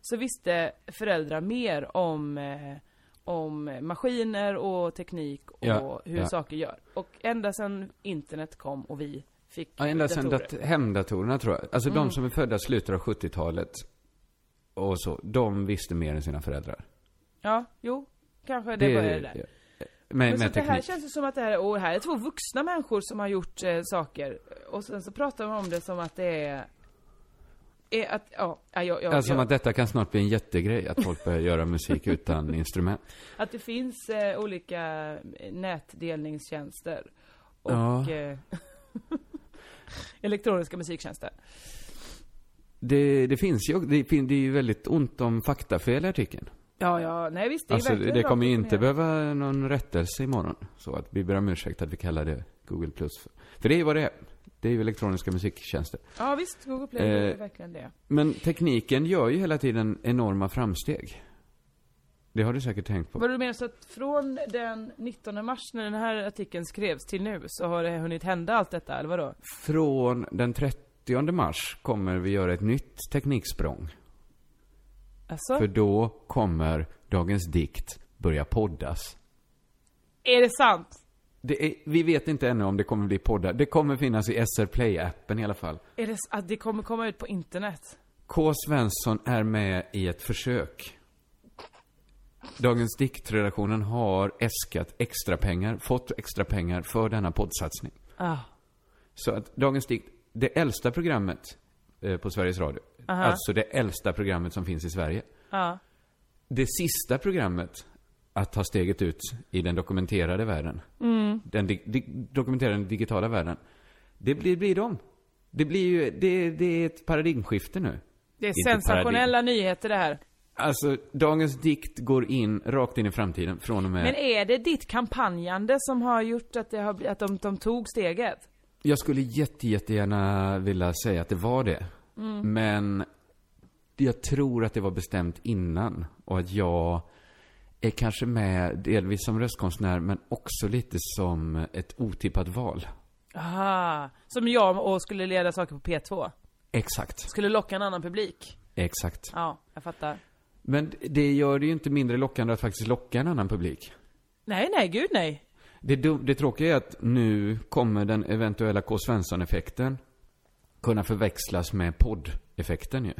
Speaker 2: Så visste föräldrar mer om, eh, om maskiner och teknik och
Speaker 3: Ja,
Speaker 2: hur
Speaker 3: ja.
Speaker 2: saker gör. Och ända sedan internet kom och vi fick
Speaker 3: Ja, ända sedan
Speaker 2: datorer. Mm.
Speaker 3: dat- hemdatorerna tror jag. Alltså de som är födda i slutet av 70-talet och så, de visste mer än sina föräldrar.
Speaker 2: Ja, jo, kanske det, började där.
Speaker 3: ja. Med,
Speaker 2: Men så
Speaker 3: med
Speaker 2: det här
Speaker 3: teknik.
Speaker 2: känns ju som att det här, och här är två vuxna människor som har gjort eh, saker. Och sen så pratar man om det som att det är... är att, ja, ja, ja, ja,
Speaker 3: Alltså, som
Speaker 2: ja.
Speaker 3: att detta kan snart bli en jättegrej, att folk börjar göra musik utan instrument.
Speaker 2: Att det finns eh, olika eh, nätdelningstjänster. Och
Speaker 3: Ja.
Speaker 2: eh, elektroniska musiktjänster.
Speaker 3: Det, det finns ju, det, fin- det är ju väldigt ont om faktafel i artikeln.
Speaker 2: Ja, ja, nej visst, det är
Speaker 3: Alltså,
Speaker 2: verkligen
Speaker 3: det
Speaker 2: rakt
Speaker 3: kommer ju
Speaker 2: upp och
Speaker 3: inte
Speaker 2: ner.
Speaker 3: behöva någon rättelse imorgon. Så att vi ber om ursäkt att vi kallar det Google Plus. För, för det är ju vad det är. Det är ju elektroniska musiktjänster.
Speaker 2: Ja, visst, Google Play är
Speaker 3: Eh,
Speaker 2: verkligen det.
Speaker 3: Men tekniken gör ju hela tiden enorma framsteg. Det har du säkert tänkt på.
Speaker 2: Vad du menar så att från den 19 mars när den här artikeln skrevs till nu så har det hunnit hända allt detta, eller vadå?
Speaker 3: Från den 30 mars kommer vi göra ett nytt tekniksprång.
Speaker 2: Alltså?
Speaker 3: För då kommer Dagens Dikt börja poddas.
Speaker 2: Är det sant?
Speaker 3: Det är, vi vet inte ännu om det kommer bli poddar. Det kommer finnas i SR Play-appen i alla fall.
Speaker 2: Är det s- att det kommer komma ut på internet?
Speaker 3: K. Svensson är med i ett försök. Dagens Diktredaktionen har äskat extra pengar, fått extra pengar för denna poddsatsning.
Speaker 2: Ah.
Speaker 3: Så att Dagens Dikt, det äldsta programmet eh, på Sveriges Radio, alltså det äldsta programmet som finns i Sverige.
Speaker 2: Ja.
Speaker 3: Det sista programmet att ta steget ut i den dokumenterade världen, den di- di- dokumenterade den digitala världen, det blir, blir de. Det blir ju, det, det är ett paradigmskifte nu.
Speaker 2: Det är
Speaker 3: Inte
Speaker 2: sensationella
Speaker 3: paradigm.
Speaker 2: nyheter det här.
Speaker 3: Alltså, Dagens Dikt går in, rakt in i framtiden, från och med...
Speaker 2: Men är det ditt kampanjande som har gjort att, det har, bli- att de, de tog steget?
Speaker 3: Jag skulle jätte, jättegärna vilja säga att det var det. Men jag tror att det var bestämt innan. Och att jag är kanske med, delvis som röstkonstnär, men också lite som ett otippat val.
Speaker 2: Ah, som jag och skulle leda saker på P2.
Speaker 3: Exakt.
Speaker 2: Skulle locka en annan publik.
Speaker 3: Exakt.
Speaker 2: Ja, jag fattar.
Speaker 3: Men det gör det ju inte mindre lockande att faktiskt locka en annan publik.
Speaker 2: Nej, nej, gud nej.
Speaker 3: Det, dum- det tråkiga är att nu kommer den eventuella K. Svensson-effekten kunna förväxlas med podd-effekten ju.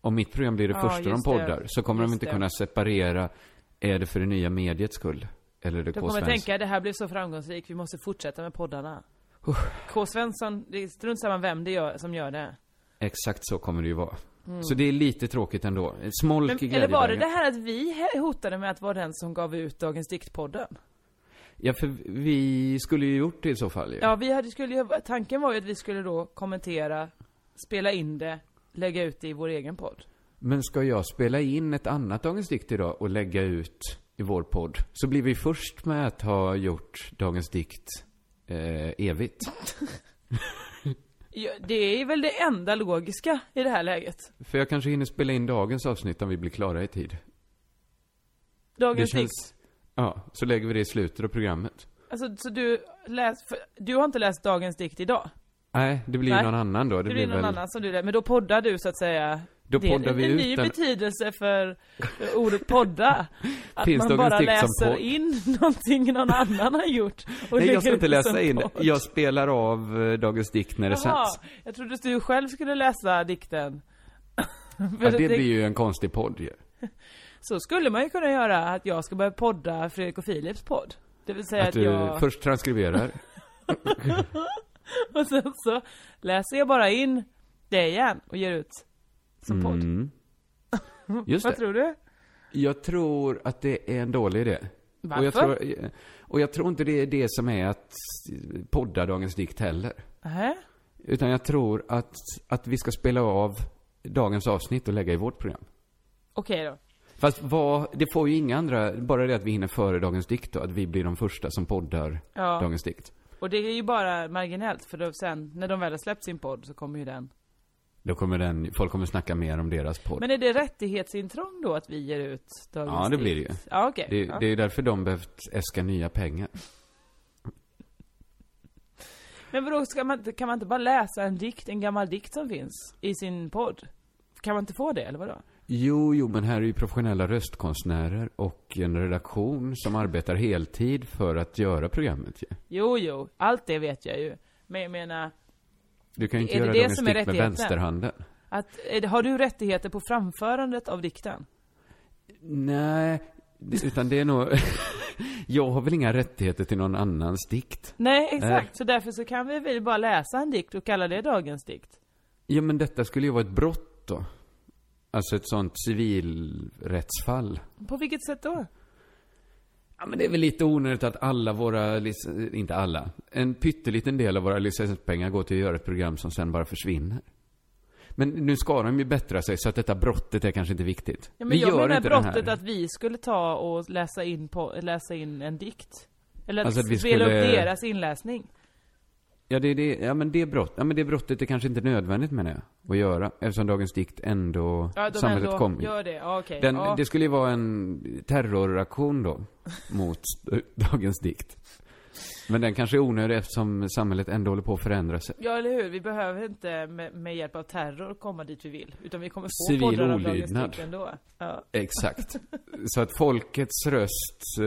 Speaker 3: Om mitt program blir det
Speaker 2: Ja,
Speaker 3: första de
Speaker 2: just det.
Speaker 3: poddar så kommer de
Speaker 2: Just
Speaker 3: inte
Speaker 2: det.
Speaker 3: kunna separera Är det för det nya mediets skull? Eller är det
Speaker 2: De
Speaker 3: K.
Speaker 2: kommer
Speaker 3: Svensson?
Speaker 2: tänka, det här blev så framgångsrikt, vi måste fortsätta med poddarna. K. Svensson, det är strunt samma vem det gör, som gör det.
Speaker 3: Exakt så kommer det ju vara. Så det är lite tråkigt ändå. Smolk
Speaker 2: Mm. Men,
Speaker 3: i
Speaker 2: eller var det
Speaker 3: glädjebägaren.
Speaker 2: det här att vi he- hotade med att vara den som gav ut Dagens Diktpodden?
Speaker 3: Ja, för vi skulle ju gjort det i så fall ju.
Speaker 2: Ja, vi hade, skulle ju, tanken var ju att vi skulle då kommentera, spela in det, lägga ut det i vår egen podd.
Speaker 3: Men ska jag spela in ett annat Dagens Dikt idag och lägga ut i vår podd så blir vi först med att ha gjort Dagens Dikt eh, evigt.
Speaker 2: Ja, det är väl det enda logiska i det här läget.
Speaker 3: För jag kanske hinner spela in dagens avsnitt om vi blir klara i tid.
Speaker 2: Dagens
Speaker 3: Det känns-
Speaker 2: Dikt.
Speaker 3: Ja, så lägger vi det i slutet av programmet.
Speaker 2: Alltså, så du, läs, för, du har inte läst Dagens Dikt idag?
Speaker 3: Nej, det blir ju
Speaker 2: Nej.
Speaker 3: någon annan då. Det,
Speaker 2: Det, blir någon
Speaker 3: väl...
Speaker 2: annan som du läser, men då poddar du så att säga?
Speaker 3: Då
Speaker 2: det är
Speaker 3: poddar
Speaker 2: en,
Speaker 3: vi
Speaker 2: en
Speaker 3: ut
Speaker 2: ny
Speaker 3: den.
Speaker 2: betydelse för för ordet podda. Att
Speaker 3: Finns
Speaker 2: man
Speaker 3: Dagens
Speaker 2: bara
Speaker 3: Dikt som
Speaker 2: läser
Speaker 3: podd?
Speaker 2: in någonting någon annan har gjort. och
Speaker 3: Nej,
Speaker 2: lägger
Speaker 3: jag ska
Speaker 2: ut
Speaker 3: inte
Speaker 2: det som
Speaker 3: läsa in.
Speaker 2: podd.
Speaker 3: Jag spelar av eh, Dagens Dikt när det
Speaker 2: Jaha,
Speaker 3: sänds.
Speaker 2: jag trodde att du själv skulle läsa dikten. För
Speaker 3: Ja, det
Speaker 2: det-
Speaker 3: blir ju en konstig podd ju.
Speaker 2: Så skulle man ju kunna göra, att jag ska börja podda Fredrik och Filips podd. Det vill säga att,
Speaker 3: Att du
Speaker 2: jag,
Speaker 3: först transkriberar.
Speaker 2: och sen så läser jag bara in det igen och ger ut som podd.
Speaker 3: Mm. Just
Speaker 2: Vad
Speaker 3: det.
Speaker 2: tror du?
Speaker 3: Jag tror att det är en dålig idé. Och jag,
Speaker 2: Varför?
Speaker 3: tror, och jag tror inte det är det som är att podda Dagens Dikt heller.
Speaker 2: Nähä?
Speaker 3: Utan jag tror att, att vi ska spela av dagens avsnitt och lägga i vårt program.
Speaker 2: Okej då.
Speaker 3: Fast vad, det får ju inga andra, bara det att vi hinner före Dagens Dikt då, att vi blir de första som poddar
Speaker 2: Ja.
Speaker 3: Dagens Dikt.
Speaker 2: Och det är ju bara marginellt för då sen, när de väl har släppt sin podd så kommer ju den.
Speaker 3: Då kommer den, folk kommer snacka mer om deras podd.
Speaker 2: Men är det rättighetsintrång då att vi ger ut Dagens
Speaker 3: Ja, det blir det
Speaker 2: Dikt?
Speaker 3: ju.
Speaker 2: Ja, okej.
Speaker 3: det,
Speaker 2: ja.
Speaker 3: det är därför de behövt äska nya pengar.
Speaker 2: Men vadå, ska man, inte- kan man inte bara läsa en dikt, en gammal dikt som finns i sin podd? Kan man inte få det, eller vadå?
Speaker 3: Jo, jo, men här är ju professionella röstkonstnärer och en redaktion som arbetar heltid för att göra programmet ju.
Speaker 2: Jo, jo, allt det vet jag ju. Men jag menar,
Speaker 3: Du kan ju inte
Speaker 2: Är det
Speaker 3: göra
Speaker 2: det
Speaker 3: Dagens
Speaker 2: som är
Speaker 3: Dikt med
Speaker 2: rättigheten?
Speaker 3: vänsterhanden.
Speaker 2: att, är det- har du rättigheter på framförandet av dikten?
Speaker 3: Nej, det- utan det är nog... jag har väl inga rättigheter till någon annans dikt.
Speaker 2: Nej, exakt.
Speaker 3: Nej.
Speaker 2: Så därför så kan vi väl bara läsa en dikt och kalla det Dagens Dikt.
Speaker 3: Ja, men detta skulle ju vara ett brott då. Alltså ett sånt civilrättsfall.
Speaker 2: På vilket sätt då?
Speaker 3: Ja, men det är väl lite onödigt att alla våra, lic- inte alla, en pytteliten del av våra licenspengar går till att göra ett program som sen bara försvinner. Men nu ska de ju bättra sig så att detta brottet är kanske inte viktigt.
Speaker 2: Ja, men jag menar
Speaker 3: den
Speaker 2: brottet att vi skulle ta och läsa in, på, läsa in en dikt. Eller att,
Speaker 3: Alltså att vi
Speaker 2: spela upp
Speaker 3: skulle-
Speaker 2: deras inläsning.
Speaker 3: Ja, det, det, ja, men det, brott, ja, men det brottet är kanske inte nödvändigt menar jag, att göra. Eftersom Dagens Dikt ändå,
Speaker 2: Ja, de
Speaker 3: samhället
Speaker 2: ändå
Speaker 3: kom ju.
Speaker 2: gör det. Ja, okej.
Speaker 3: Den,
Speaker 2: ja.
Speaker 3: Det skulle ju vara en terroraktion då, mot Dagens Dikt. Men den kanske är onödig eftersom samhället ändå håller på att förändra sig.
Speaker 2: ja, eller hur. Vi behöver inte med, med hjälp av terror komma dit vi vill. Utan vi kommer få
Speaker 3: Civil
Speaker 2: poddar av Dagens
Speaker 3: olydnad.
Speaker 2: Dikt ändå. Ja.
Speaker 3: Exakt. Så att folkets röst... eh,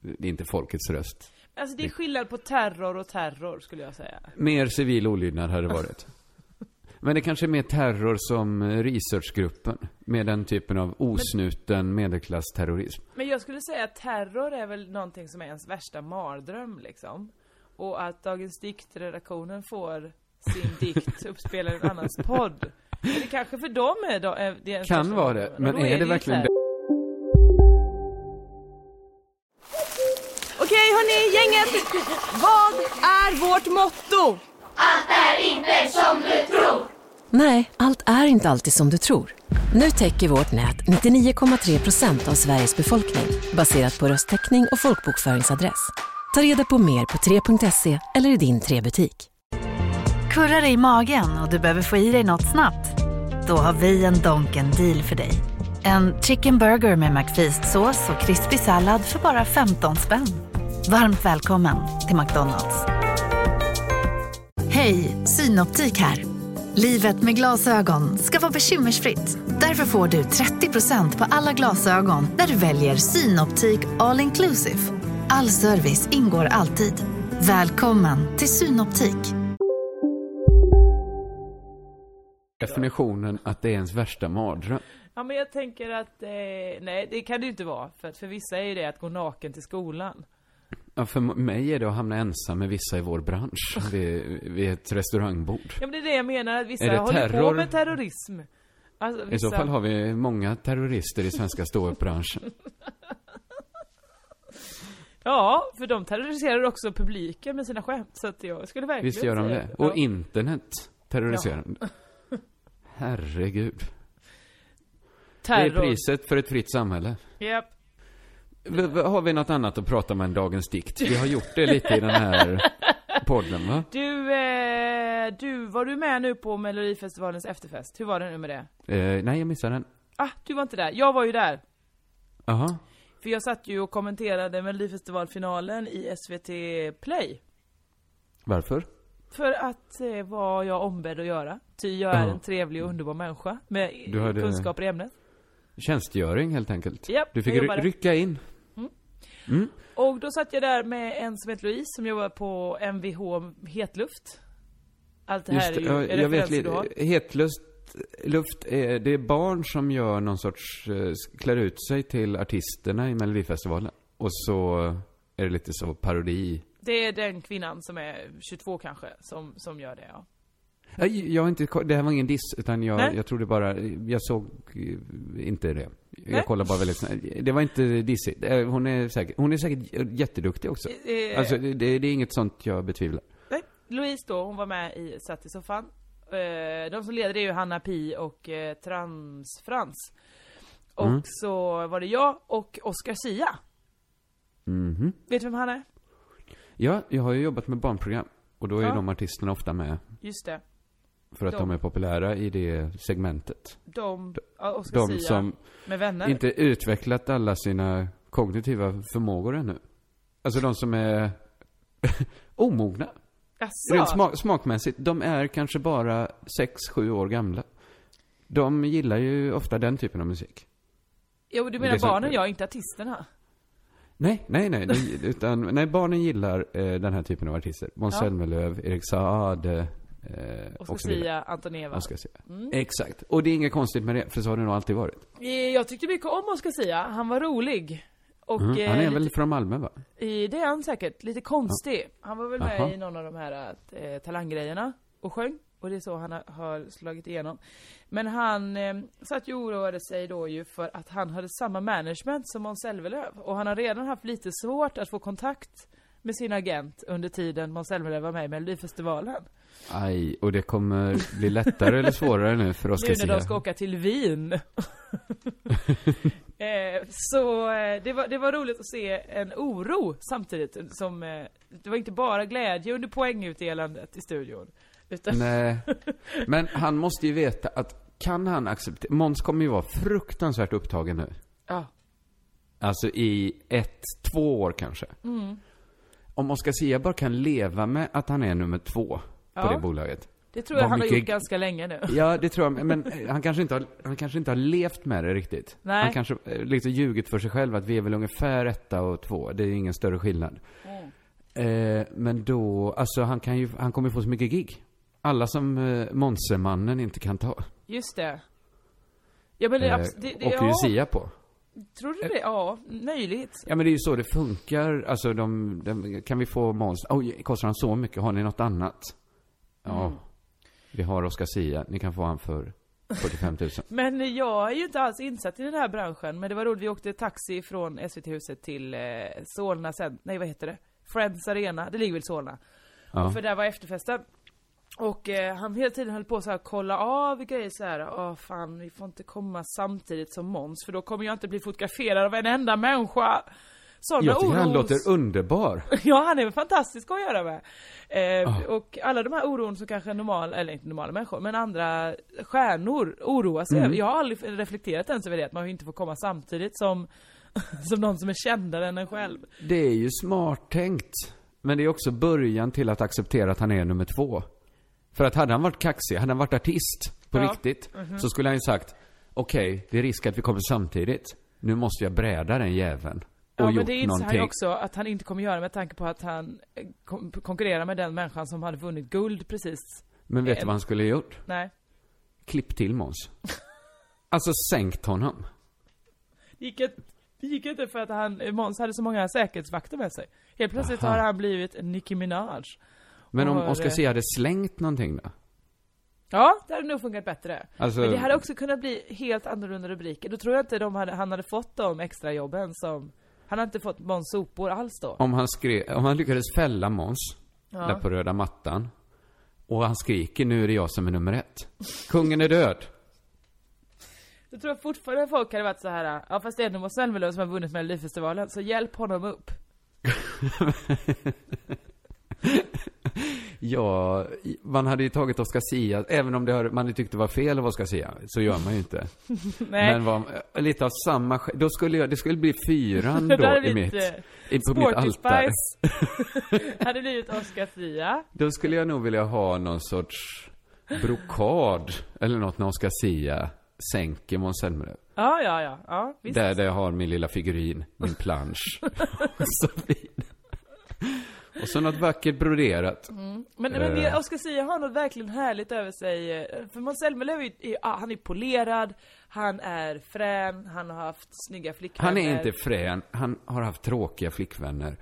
Speaker 3: det är inte folkets röst.
Speaker 2: Alltså det är skillnad på terror och terror skulle jag säga.
Speaker 3: Mer civil olydnad hade det varit. Men det kanske är mer terror som eh, researchgruppen. Med den typen av osnuten medelklassterrorism.
Speaker 2: Men jag skulle säga att terror är väl någonting som är ens värsta mardröm liksom. Och att Dagens Dikt-redaktionen får sin dikt uppspelad i en annans podd. Men det kanske för dem är, då, är det ens
Speaker 3: Kan
Speaker 2: värsta
Speaker 3: vara det,
Speaker 2: mardrömmen.
Speaker 3: men
Speaker 2: Och då
Speaker 3: är det
Speaker 2: ju
Speaker 3: verkligen
Speaker 2: terror.
Speaker 3: det?
Speaker 4: Okej hörni, gänget! Vad är vårt motto?
Speaker 5: Nej, allt är inte alltid som du tror. Nu täcker vårt nät 99,3 procent av Sveriges befolkning baserat på röstteckning och folkbokföringsadress. Ta reda på mer på 3.se eller i din 3-butik.
Speaker 6: Kurrar i magen och du behöver få i dig något snabbt? Då har vi en Donken deal för dig. En chicken burger med McFeast-sås och krispig sallad för bara 15 spänn. Varmt välkommen till McDonalds. Hej, Synoptik här. Livet med glasögon ska vara bekymmersfritt. Därför får du 30% på alla glasögon när du väljer Synoptik All Inclusive. All service ingår alltid. Välkommen till Synoptik.
Speaker 3: definitionen att det är ens värsta mardröm.
Speaker 2: Ja men jag tänker att, eh, nej det kan det ju inte vara. För att för vissa är ju det att gå naken till skolan.
Speaker 3: Ja, för m- mig är det att hamna ensam med vissa i vår bransch vid, vid ett restaurangbord.
Speaker 2: Ja men det är det jag menar, att
Speaker 3: Är
Speaker 2: vissa
Speaker 3: det
Speaker 2: håller på
Speaker 3: terror?
Speaker 2: med terrorism. Alltså,
Speaker 3: I så
Speaker 2: vissa-
Speaker 3: fall har vi många terrorister i svenska ståuppbranschen.
Speaker 2: Ja, för de terroriserar också publiken med sina skämt. Så att jag skulle verkligen
Speaker 3: Visst gör de
Speaker 2: säga
Speaker 3: det? Och
Speaker 2: Ja.
Speaker 3: internet terroriserar de. Herregud.
Speaker 2: Terror.
Speaker 3: Det är priset för ett fritt samhälle.
Speaker 2: Japp.
Speaker 3: V- v- har vi något annat att prata om än dagens dikt? Vi har gjort det lite i den här podden, va?
Speaker 2: Du, eh, du, var du med nu på Melodifestivalens efterfest? Hur var det nu med det?
Speaker 3: Eh, nej, jag missade den.
Speaker 2: Ah, du var inte där. Jag var ju där.
Speaker 3: Jaha.
Speaker 2: För jag satt ju och kommenterade Melodifestivalfinalen i SVT Play.
Speaker 3: Varför?
Speaker 2: För att eh, var jag ombedd att göra. Ty jag är
Speaker 3: Ja.
Speaker 2: en trevlig och underbar människa med i-
Speaker 3: Du hade-
Speaker 2: kunskaper i ämnet.
Speaker 3: Tjänstgöring, helt enkelt.
Speaker 2: Japp,
Speaker 3: du fick
Speaker 2: jag
Speaker 3: ry-
Speaker 2: jobbade.
Speaker 3: rycka in.
Speaker 2: Och då satt jag där med en som heter Louise som jobbar på MVH Hetluft. Allt det här är ju
Speaker 3: ja,
Speaker 2: referenser
Speaker 3: jag vet
Speaker 2: du har.
Speaker 3: lite. Hetlust, luft, eh, det är barn som gör någon sorts, eh, klär ut sig till artisterna i Melodifestivalen. Och så är det lite så parodi.
Speaker 2: Det är den kvinnan som är 22 kanske, som, som gör det ja.
Speaker 3: Nej, jag har inte, ko- det här var ingen diss, utan jag,
Speaker 2: Nej.
Speaker 3: jag trodde bara, jag såg eh, inte det. Jag
Speaker 2: Nej.
Speaker 3: kollade bara väldigt snabbt. Det var inte dissigt. Eh, Hon är säkert, hon är säkert j- jätteduktig också.
Speaker 2: Eh,
Speaker 3: Alltså, det, det är inget sånt jag betvivlar.
Speaker 2: Nej, Louise då, hon var med i Satt i soffan. Eh, De som leder är ju Hanna Pi och eh, Transfrans. Och
Speaker 3: Mm.
Speaker 2: så var det jag och Oscar Sia.
Speaker 3: Mhm.
Speaker 2: Vet du vem han är?
Speaker 3: Ja, jag har ju jobbat med barnprogram. Och då är
Speaker 2: Ja.
Speaker 3: de artisterna ofta med
Speaker 2: Just det.
Speaker 3: för att de,
Speaker 2: De-
Speaker 3: är populära i det segmentet.
Speaker 2: De, ja, Oscar
Speaker 3: De
Speaker 2: Sia
Speaker 3: som
Speaker 2: med vänner.
Speaker 3: inte utvecklat alla sina kognitiva förmågor ännu. Alltså de som är omogna.
Speaker 2: Jaså?
Speaker 3: Rent sma- smakmässigt, de är kanske bara 6-7 år gamla. De gillar ju ofta den typen av musik.
Speaker 2: Jo, du
Speaker 3: Det
Speaker 2: menar
Speaker 3: är så-
Speaker 2: barnen, jag, inte artisterna.
Speaker 3: Nej, nej, nej. nej utan, nej barnen gillar eh, den här typen av artister. Måns
Speaker 2: Ja.
Speaker 3: Zelmerlöw, Erik Saade eh,
Speaker 2: Oscar
Speaker 3: och så vidare.
Speaker 2: Sia, Antoneva.
Speaker 3: Oscar Sia.
Speaker 2: Mm.
Speaker 3: Exakt. Och det är inget konstigt med det, för så har det nog alltid varit.
Speaker 2: Eh, Jag tyckte mycket om Oscar Sia, han var rolig. Och
Speaker 3: Mm. Han
Speaker 2: eh,
Speaker 3: är väl från Malmö, va?
Speaker 2: I, det är han säkert, lite konstig. Han var väl med
Speaker 3: Aha.
Speaker 2: i någon av de här eh, talanggrejerna och sjöng. Och det är så han har, har slagit igenom. Men han eh, satt ju och oroade sig då ju för att han hade samma management som Måns Zelmerlöw. Och han har redan haft lite svårt att få kontakt med sin agent under tiden Måns Zelmerlöw var med i Melodifestivalen.
Speaker 3: Aj, och det kommer bli lättare eller svårare nu för Oscar
Speaker 2: Nu när
Speaker 3: Sia.
Speaker 2: de ska åka till Wien. eh, så eh, det var, det var roligt att se en oro samtidigt som eh, det var inte bara glädje under poängutdelandet i studion. Utan
Speaker 3: Nej. Men han måste ju veta att kan han acceptera... Måns kommer ju vara fruktansvärt upptagen nu.
Speaker 2: ja,
Speaker 3: Alltså i ett, två år kanske.
Speaker 2: Mm.
Speaker 3: Om Oscar Sia bara kan leva med att han är nummer två på
Speaker 2: Ja.
Speaker 3: det bolaget.
Speaker 2: det tror jag
Speaker 3: Vad
Speaker 2: han har
Speaker 3: mycket-
Speaker 2: gjort ganska länge nu.
Speaker 3: Ja, det tror jag. Men eh, han kanske inte har, han kanske inte har levt med det riktigt.
Speaker 2: Nej.
Speaker 3: Han kanske eh, liksom ljugit för sig själv att vi är väl ungefär etta och två. Det är ingen större skillnad.
Speaker 2: Mm.
Speaker 3: Eh, men då, alltså han kan ju, han kommer ju få så mycket gig. Alla som eh, Monse-mannen inte kan ta.
Speaker 2: Just det. Ja men det,
Speaker 3: Eh,
Speaker 2: abs- det, det
Speaker 3: åker ju
Speaker 2: ja,
Speaker 3: Sia på.
Speaker 2: tror du det? Ja, möjligt.
Speaker 3: Ja men det är ju så det funkar, alltså de, de kan vi få Måns, oj, kostar han så mycket, har ni något annat? Ja,
Speaker 2: Mm.
Speaker 3: vi har Oscar Sia, ni kan få han för 45 000.
Speaker 2: Men jag är ju inte alls insatt i den här branschen, men det var roligt, vi åkte taxi från SVT-huset till eh, Solna sen, nej vad heter det? Friends Arena, det ligger väl i Solna?
Speaker 3: Ja.
Speaker 2: För där var efterfesten. Och eh, han hela tiden höll på att så här, kolla av grejer så här. Åh fan, vi får inte komma samtidigt som Måns för då kommer jag inte bli fotograferad av en enda människa. Sådana
Speaker 3: Jag tycker han
Speaker 2: oros-
Speaker 3: låter underbar.
Speaker 2: Ja, han är väl fantastisk att göra med. Eh, Och alla de här oron som kanske normala, eller inte normala människor, men andra stjärnor oroar sig
Speaker 3: Mm.
Speaker 2: över. Jag har aldrig reflekterat ens över det, att man inte får komma samtidigt som, som någon som är kändare än en själv.
Speaker 3: Det är ju smart tänkt. Men det är också början till att acceptera att han är nummer två. För att hade han varit kaxig, hade han varit artist på
Speaker 2: Ja. Mm-hmm.
Speaker 3: riktigt, så skulle han ju sagt Okej, det är risk att vi kommer samtidigt. Nu måste jag bräda den jäveln. Och
Speaker 2: Ja,
Speaker 3: gjort
Speaker 2: men det inser han
Speaker 3: någonting.
Speaker 2: ju också att han inte kommer göra med tanke på att han eh, kon- konkurrerar med den människan som hade vunnit guld precis.
Speaker 3: Men vet du vad han skulle ha gjort?
Speaker 2: Nej.
Speaker 3: Klipp till Måns. Alltså sänkt honom.
Speaker 2: Gick ett, det gick inte för att han, eh, Måns hade så många säkerhetsvakter med sig. Helt plötsligt
Speaker 3: Aha.
Speaker 2: har han blivit en Nicki Minaj.
Speaker 3: Men om
Speaker 2: Och, eh,
Speaker 3: Oscar Zia hade slängt någonting då?
Speaker 2: Ja, det hade nog funkat bättre.
Speaker 3: Alltså-
Speaker 2: Men det hade också kunnat bli helt annorlunda rubriker. Då tror jag inte de hade, han hade fått de extra jobben som... Han hade inte fått Måns sopor alls då.
Speaker 3: Om han skrev, om han lyckades fälla Måns. Där på röda mattan. Och han skriker nu är det jag som är nummer ett. Kungen är död.
Speaker 2: Då tror jag fortfarande folk hade varit så här. ja fast det är ändå Måns Zelmerlöw som har vunnit Melodifestivalen, så hjälp honom upp.
Speaker 3: Ja, man hade ju tagit Oscar Zia, även om det hade, man hade tyckt det var fel av Oscar Zia, så gör man ju inte.
Speaker 2: Nej.
Speaker 3: Men var, lite av samma skäl, då skulle jag, det skulle bli fyran
Speaker 2: Då
Speaker 3: då
Speaker 2: hade
Speaker 3: i
Speaker 2: det
Speaker 3: mitt,
Speaker 2: inte-
Speaker 3: i, på mitt
Speaker 2: Sporty
Speaker 3: altare.
Speaker 2: Spice hade blivit Oscar Zia.
Speaker 3: Då skulle jag nog vilja ha någon sorts brokad, eller något när Oscar Zia sänker Måns Zelmerlöw.
Speaker 2: Ja, ja, ja. ja visst.
Speaker 3: Där, där jag har min lilla figurin, min plansch. och så vidare. Och så något vackert broderat.
Speaker 2: Mm. Men, men det,
Speaker 3: Eh.
Speaker 2: Oscar Zia har något verkligen härligt över sig. eh, För Måns Zelmerlöw är, ju- är, ja, han är polerad, han är frän, han har haft snygga flickvänner.
Speaker 3: Han är inte frän, han har haft tråkiga flickvänner.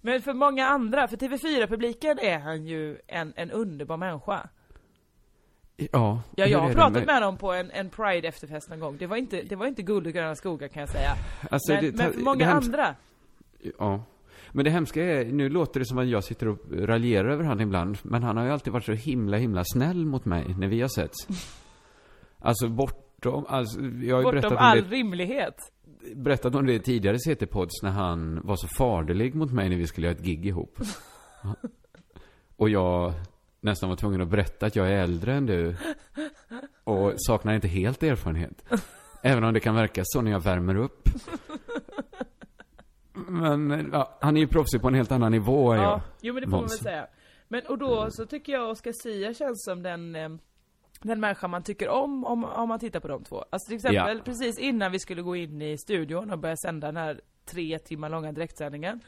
Speaker 2: Men för många andra, för TV4-publiken är han ju en, en underbar människa.
Speaker 3: Ja,
Speaker 2: Ja, jag
Speaker 3: hur är
Speaker 2: har
Speaker 3: det
Speaker 2: pratat med honom på en, en Pride-efterfest någon gång. Det var inte, det var inte guld och gröna skogar kan jag säga.
Speaker 3: Alltså,
Speaker 2: men,
Speaker 3: det-
Speaker 2: men för
Speaker 3: det
Speaker 2: många
Speaker 3: hemska-
Speaker 2: andra.
Speaker 3: Ja. Men det hemska är, nu låter det som att jag sitter och raljerar över han ibland, men han har ju alltid varit så himla, himla snäll mot mig när vi har setts. Alltså bortom, alltså, jag har ju berättat
Speaker 2: Mm. Bortom
Speaker 3: om,
Speaker 2: all rimlighet.
Speaker 3: det, berättat om det i tidigare CT-pods när han var så faderlig mot mig när vi skulle göra ett gig ihop. och jag nästan var tvungen att berätta att jag är äldre än du och saknar inte helt erfarenhet. Även om det kan verka så när jag värmer upp. Men ja, han är ju proffsig på en helt annan nivå än jag.
Speaker 2: Ja, jo men det får man väl
Speaker 3: Måns.
Speaker 2: säga. Men och då så tycker jag Oscar Sia känns som den eh, den människa man tycker om, om, om man tittar på de två. Alltså till exempel
Speaker 3: Ja.
Speaker 2: precis innan vi skulle gå in i studion och börja sända den här tre timmar långa direktsändningen.